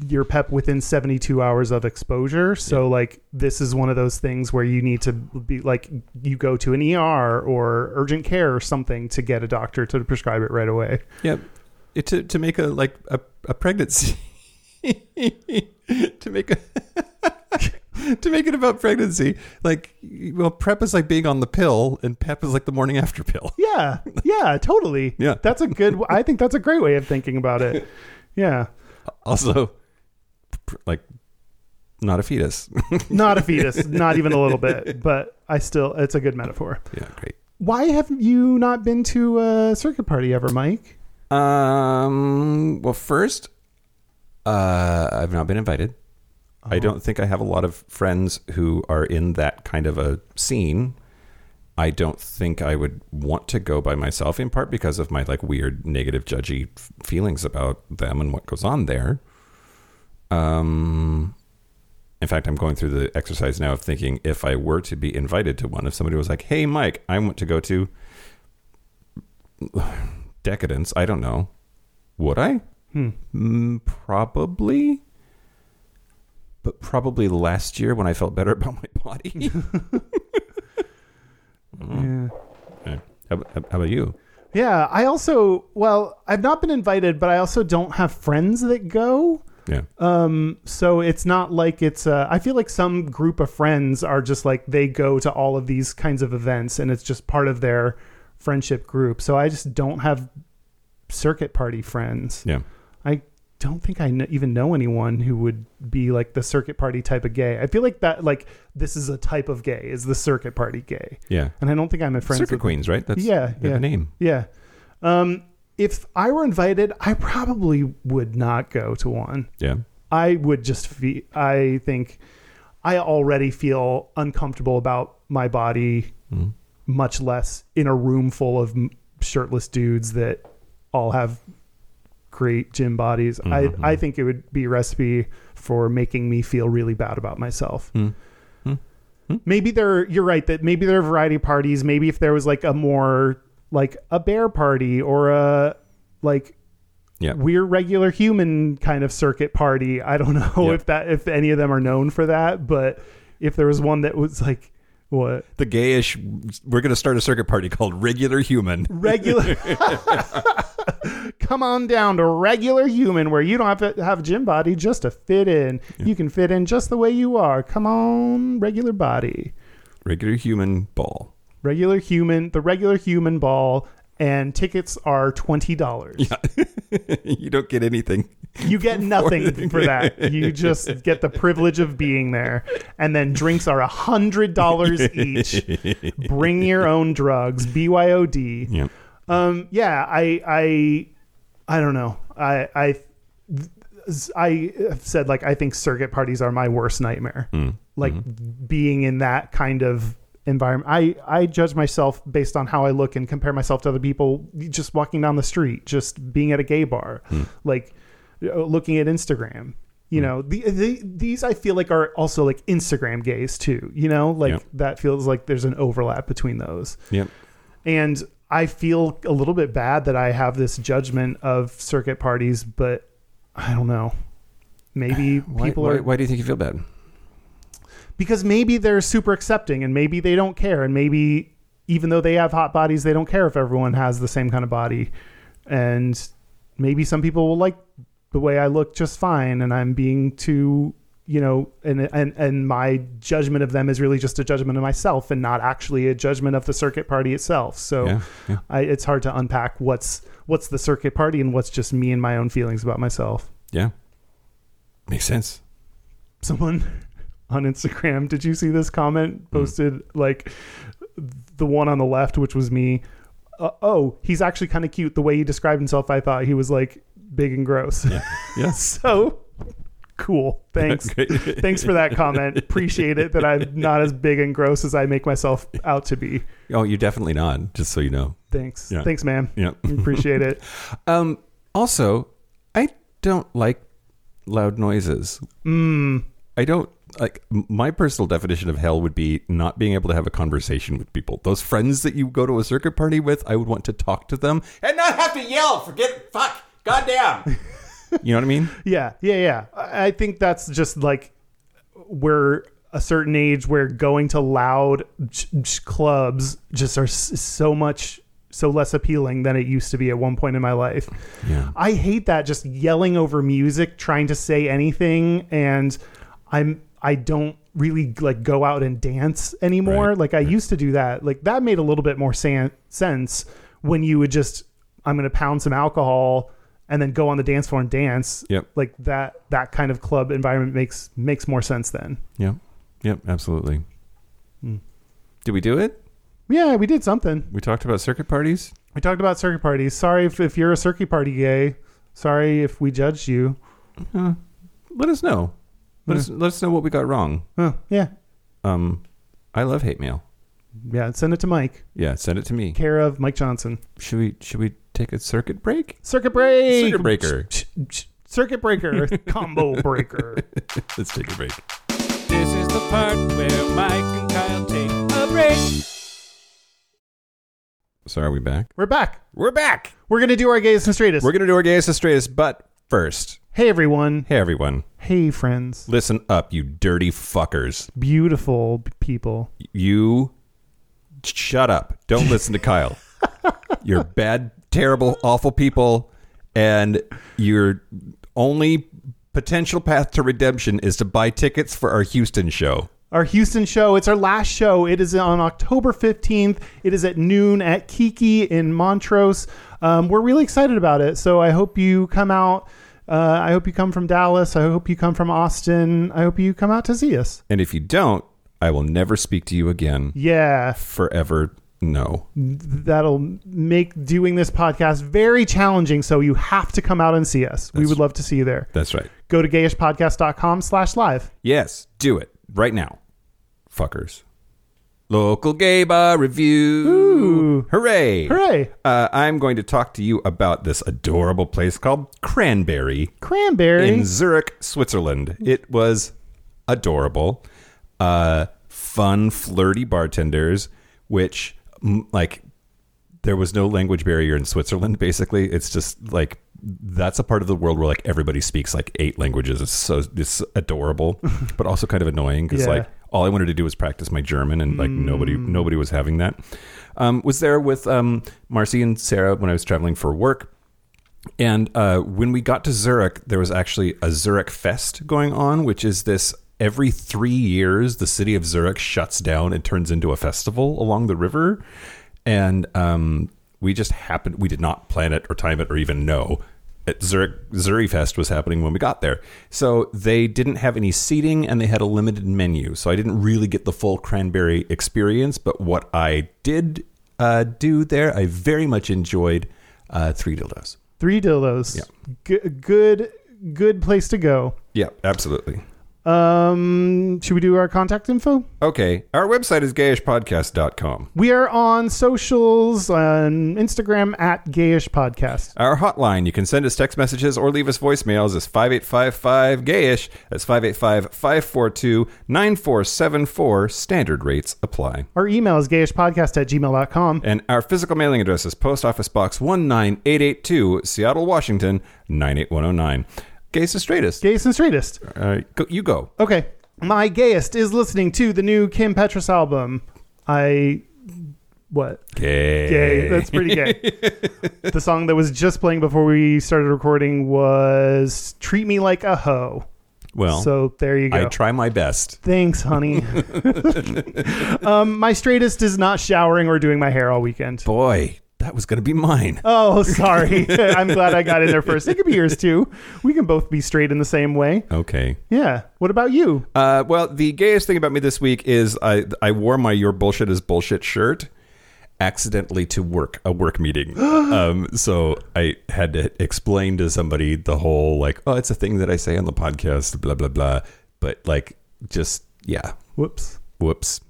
your pep within 72 hours of exposure. So like this is one of those things where you need to be like you go to an ER or urgent care or something to get a doctor to prescribe it right away. Yep. It, to to make a like a, a pregnancy to make a to make it about pregnancy like well prep is like being on the pill and pep is like the morning after pill. Yeah. Yeah, totally. Yeah. That's a good I think that's a great way of thinking about it. Yeah. Also pr- like not a fetus. Not a fetus, not even a little bit, but I still it's a good metaphor. yeah, great. Why have you not been to a circuit party ever, Mike? Um. Well, first, uh, I've not been invited. I don't think I have a lot of friends who are in that kind of a scene. I don't think I would want to go by myself, in part because of my like weird, negative, judgy f- feelings about them and what goes on there. Um. In fact, I'm going through the exercise now of thinking if I were to be invited to one, if somebody was like, "Hey, Mike, I want to go to decadence. I don't know. Would I? Hmm. Mm, probably. But probably last year when I felt better about my body. Yeah. Okay. how, how- how about you? Yeah, I also well, I've not been invited, but I also don't have friends that go. Yeah. Um, so it's not like it's. Uh, I feel like some group of friends are just like they go to all of these kinds of events, and it's just part of their friendship group. So I just don't have circuit party friends. Yeah. I don't think I kn- even know anyone who would be like the circuit party type of gay. I feel like that like this is a type of gay is the circuit party gay, Yeah. and I don't think I'm a friend. Circuit Queens, right? That's Yeah, the yeah. name. Yeah. Um, if I were invited, I probably would not go to one. Yeah. I would just feel, I think I already feel uncomfortable about my body, much less in a room full of m- shirtless dudes that all have great gym bodies. I, I think it would be a recipe for making me feel really bad about myself. Maybe there, you're right that maybe there are variety parties. Maybe if there was like a more like a bear party or a like Yeah. we're regular human kind of circuit party. I don't know Yep. if that if any of them are known for that, but if there was one that was like what the gayish we're going to start a circuit party called regular human regular come on down to regular human where you don't have to have a gym body just to fit in you can fit in just the way you are come on regular body regular human ball regular human the regular human ball and tickets are $20 you don't get anything You get nothing for that. You just get the privilege of being there. And then drinks are $100 each. Bring your own drugs, BYOD. yeah Um yeah, I I I don't know. I I I have said like I think circuit parties are my worst nightmare. Like being in that kind of environment. I I judge myself based on how I look and compare myself to other people just walking down the street, just being at a gay bar, like uh, looking at Instagram. You know, the, the these I feel like are also like Instagram gays too, you know? Like Yep. that feels like there's an overlap between those yep and I feel a little bit bad that I have this judgment of circuit parties, but I don't know. Maybe Why, people why, are why do you think you feel bad? because maybe they're super accepting and maybe they don't care and maybe even though they have hot bodies, they don't care if everyone has the same kind of body. And maybe some people will like the way I look just fine and I'm being too you know and and and my judgment of them is really just a judgment of myself and not actually a judgment of the circuit party itself. So yeah yeah I, it's hard to unpack what's what's the circuit party and what's just me and my own feelings about myself. yeah makes sense Someone on Instagram, did you see this comment Hmm. posted like the one on the left, which was me? Uh, oh, he's actually kind of cute. The way he described himself, I thought he was like big and gross. yes so cool. Thanks. Thanks for that comment. Appreciate it that I'm not as big and gross as I make myself out to be. oh you're definitely not just so you know Thanks. Yeah. Thanks, man. yeah Appreciate it. um also i don't like loud noises Mm. I don't like m- my personal definition of hell would be not being able to have a conversation with people. Those friends that you go to a circuit party with, I would want to talk to them and not have to yell. Forget fuck, goddamn. you know what I mean? Yeah, yeah, yeah. I I think that's just like we're a certain age where going to loud j- j- clubs just are s- so much so less appealing than it used to be at one point in my life. Yeah. I hate that just yelling over music, trying to say anything, and I'm I don't really like go out and dance anymore. Right, Like I used to do that. Like that made a little bit more san- sense when you would just I'm going to pound some alcohol and then go on the dance floor and dance. Yep. Like that that kind of club environment makes makes more sense then. Yep. Yep. Absolutely. Did we do it? Yeah, we did something. We talked about circuit parties. We talked about circuit parties. Sorry if, if you're a circuit party gay. Sorry if we judged you. Uh, Let us know. Let us let us know what we got wrong. Huh, yeah. Um, I love hate mail. Yeah, send it to Mike. Yeah, send it to me. Care of Mike Johnson. Should we should we take a circuit break? Circuit break. Circuit breaker. Circuit breaker. Combo breaker. Let's take a break. This is the part where Mike and Kyle take a break. So are we back? We're back. We're back. We're gonna do our gays and straightest. We're going to do our gayest and straightest, but first, hey everyone. hey everyone, Hey friends. listen up, you dirty fuckers. Beautiful people. You shut up. Don't listen to Kyle. You're bad, terrible, awful people, and your only potential path to redemption is to buy tickets for our Houston show. Our Houston show. It's our last show. It is on October 15th. It is at noon at Kiki in Montrose. Um, we're really excited about it. So I hope you come out. Uh, I hope you come from Dallas. I hope you come from Austin. I hope you come out to see us. And if you don't, I will never speak to you again Yeah. forever. No. that'll make doing this podcast very challenging. So you have to come out and see us. we would love to see you there. That's right. Go to gayishpodcast.com slash live. Yes, do it right now. Fuckers. Local gay bar review. Ooh. Hooray. Hooray. Uh, I'm going to talk to you about this adorable place called Cranberry Cranberry. in Zurich, Switzerland. It was adorable. Uh, fun, flirty bartenders, which, m- like, there was no language barrier in Switzerland, basically. It's just like, that's a part of the world where like everybody speaks like eight languages. It's so it's adorable, but also kind of annoying because Yeah. like all I wanted to do was practice my German, and like nobody nobody was having that. Um, was there with um, Marcy and Sarah when I was traveling for work, and uh, when we got to Zurich, there was actually a Zurich Fest going on, which is this every three years, the city of Zurich shuts down and turns into a festival along the river. And um, we just happened, we did not plan it or time it or even know. At Zurich, Zurich Fest was happening when we got there. So they didn't have any seating and they had a limited menu. So I didn't really get the full cranberry experience. But what I did uh, do there, I very much enjoyed uh, three dildos. Three dildos. G- good, good place to go. Yeah, absolutely. Um, should we do our contact info? Okay, our website is gayishpodcast.com. We are on socials on Instagram at Gayish Podcast. Our hotline, you can send us text messages or leave us voicemails, is 5855 gayish. That's 585 542 9474. Standard rates apply. Our email is gayishpodcast at gmail.com. And our physical mailing address is Post Office Box 19882, Seattle, Washington 98109. Gays to straightest. Gayest and straightest. Uh, go, you go. Okay. My gayest is listening to the new Kim Petras album. I. What? Gay. Gay. That's pretty gay. the song that was just playing before we started recording was Treat Me Like a Hoe. well, So there you go. I try my best. Thanks, honey. um, my straightest is not showering or doing my hair all weekend. Boy, that was going to be mine. Oh, sorry. I'm glad I got in there first. It could be yours too. We can both be straight in the same way. Okay. Yeah. What about you? Uh, well, the gayest thing about me this week is I I wore my "Your bullshit is bullshit" shirt accidentally to work a work meeting. um, so I had to explain to somebody the whole like, oh, it's a thing that I say on the podcast, blah blah blah. But like, just yeah, Whoops. whoops.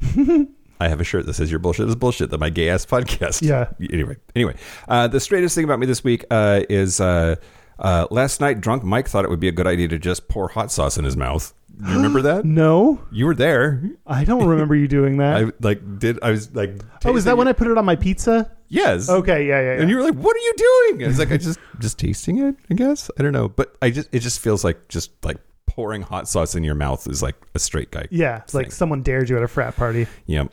I have a shirt that says "Your bullshit is bullshit." That my gay ass podcast. Yeah. Anyway, anyway, uh, the straightest thing about me this week uh, is uh, uh, last night drunk Mike thought it would be a good idea to just pour hot sauce in his mouth. You remember that? No, You were there. I don't remember you doing that. I like did. I was like, oh, is that when I put it on my pizza? Yes. Okay. Yeah. Yeah. yeah. And you were like, "What are you doing?" I was like, "I just just tasting it, I guess. I don't know, but I just it just feels like just like pouring hot sauce in your mouth is like a straight guy. yeah. It's like Thanks. someone dared you at a frat party. Yep.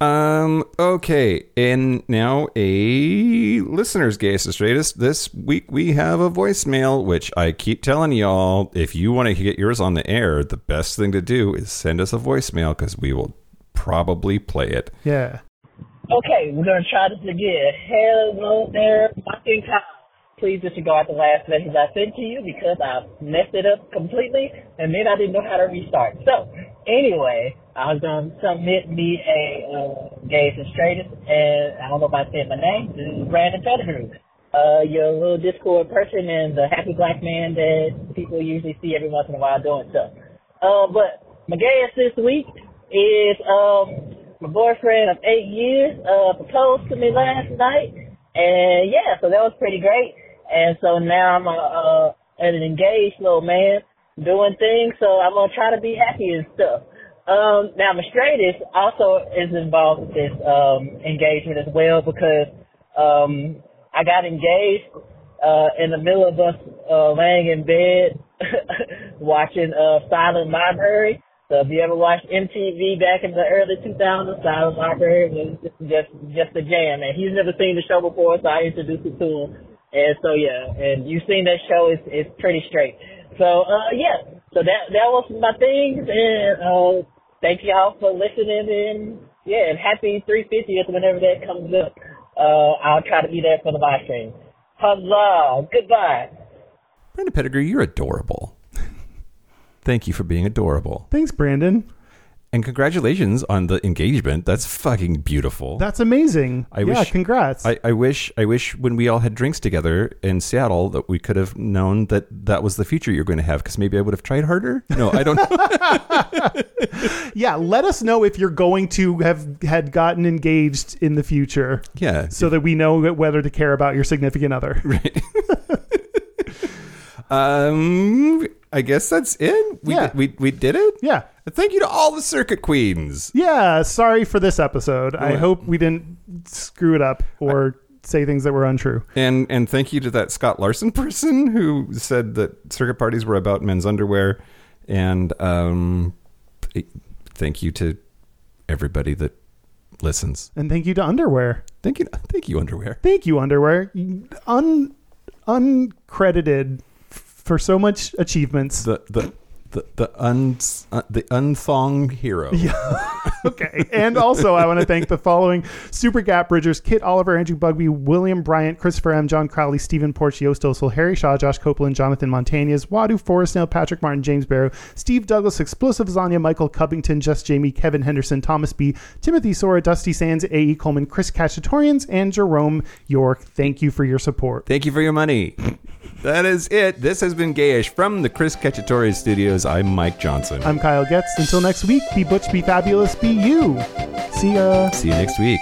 Um. Okay. And now a listener's gayest and straightest. This week we have a voicemail, which I keep telling y'all. If you want to get yours on the air, the best thing to do is send us a voicemail because we will probably play it. Yeah. Okay, we're gonna try this again. Hello there, fucking cow. Please disregard the last message I sent to you because I messed it up completely and then I didn't know how to restart. So, anyway, I was gonna submit me a uh, gays and straightest, and I don't know if I said my name. This is Brandon Pettigrew. Uh, your little Discord person and the happy black man that people usually see every once in a while doing stuff. Uh, but my gayest this week is um my boyfriend of eight years uh proposed to me last night and yeah, so that was pretty great. And so now I'm a, uh an engaged little man doing things, so I'm gonna try to be happy and stuff. Um now my straightest also is involved with this um engagement as well because um I got engaged uh in the middle of us uh laying in bed watching uh Silent Library. So if you ever watched MTV back in the early 2000s, Silent Library was just just, just a jam. And he's never seen the show before, so I introduced it to him. And so yeah, and you've seen that show; it's it's pretty straight. So uh yeah, so that that was my things, and uh thank y'all for listening. And yeah, and happy 350th whenever that comes up. Uh I'll try to be there for the live stream. Huzzah! Goodbye. Brenda Pettigrew, you're adorable. Thank you for being adorable. Thanks, Brandon. And congratulations on the engagement. That's fucking beautiful. That's amazing. I yeah, wish- congrats. I, I wish I wish when we all had drinks together in Seattle that we could have known that that was the future you're going to have because maybe I would have tried harder. No, I don't. yeah, let us know if you're going to have had gotten engaged in the future yeah. so that we know whether to care about your significant other. Um, I guess that's it. We Yeah. did, we we did it. Yeah. Thank you to all the circuit queens. Yeah, sorry for this episode. I hope we didn't screw it up or say things that were untrue. And and thank you to that Scott Larson person who said that circuit parties were about men's underwear. And um, thank you to everybody that listens. And thank you to underwear. Thank you, thank you, underwear. Thank you, underwear. Un uncredited f- for so much achievements. the the the the un uh, the unthong hero. Okay. And also, I want to thank the following Super Gap Bridgers Kit Oliver, Andrew Bugby, William Bryant, Christopher M., John Crowley, Stephen Porch, Yost Osel, Harry Shaw, Josh Copeland, Jonathan Montañez, Wadu Forrestnail, Patrick Martin, James Barrow, Steve Douglas, Explosive Zanya, Michael Cubbington, Just Jamie, Kevin Henderson, Thomas B., Timothy Sora, Dusty Sands, A.E. Coleman, Chris Cachatorians, and Jerome York. Thank you for your support. Thank you for your money. That is it. This has been Gayish from the Chris Cacciatore Studios. I'm Mike Johnson. I'm Kyle Getz. Until next week, be Butch, be fabulous, be you. See ya. See you next week.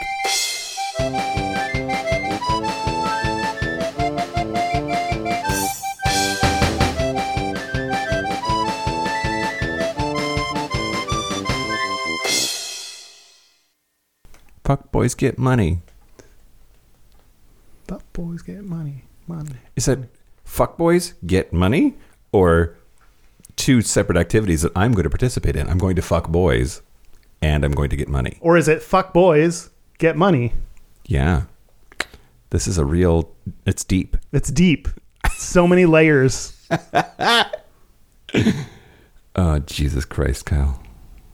Fuck boys get money. Fuck boys get money. Money. Is that fuckboys get money or two separate activities that I'm going to participate in? I'm going to fuck boys and I'm going to get money. Or is it fuck boys get money? Yeah. This is a real, it's deep. It's deep. So many layers. Oh, Ah, Jesus Christ, Kyle.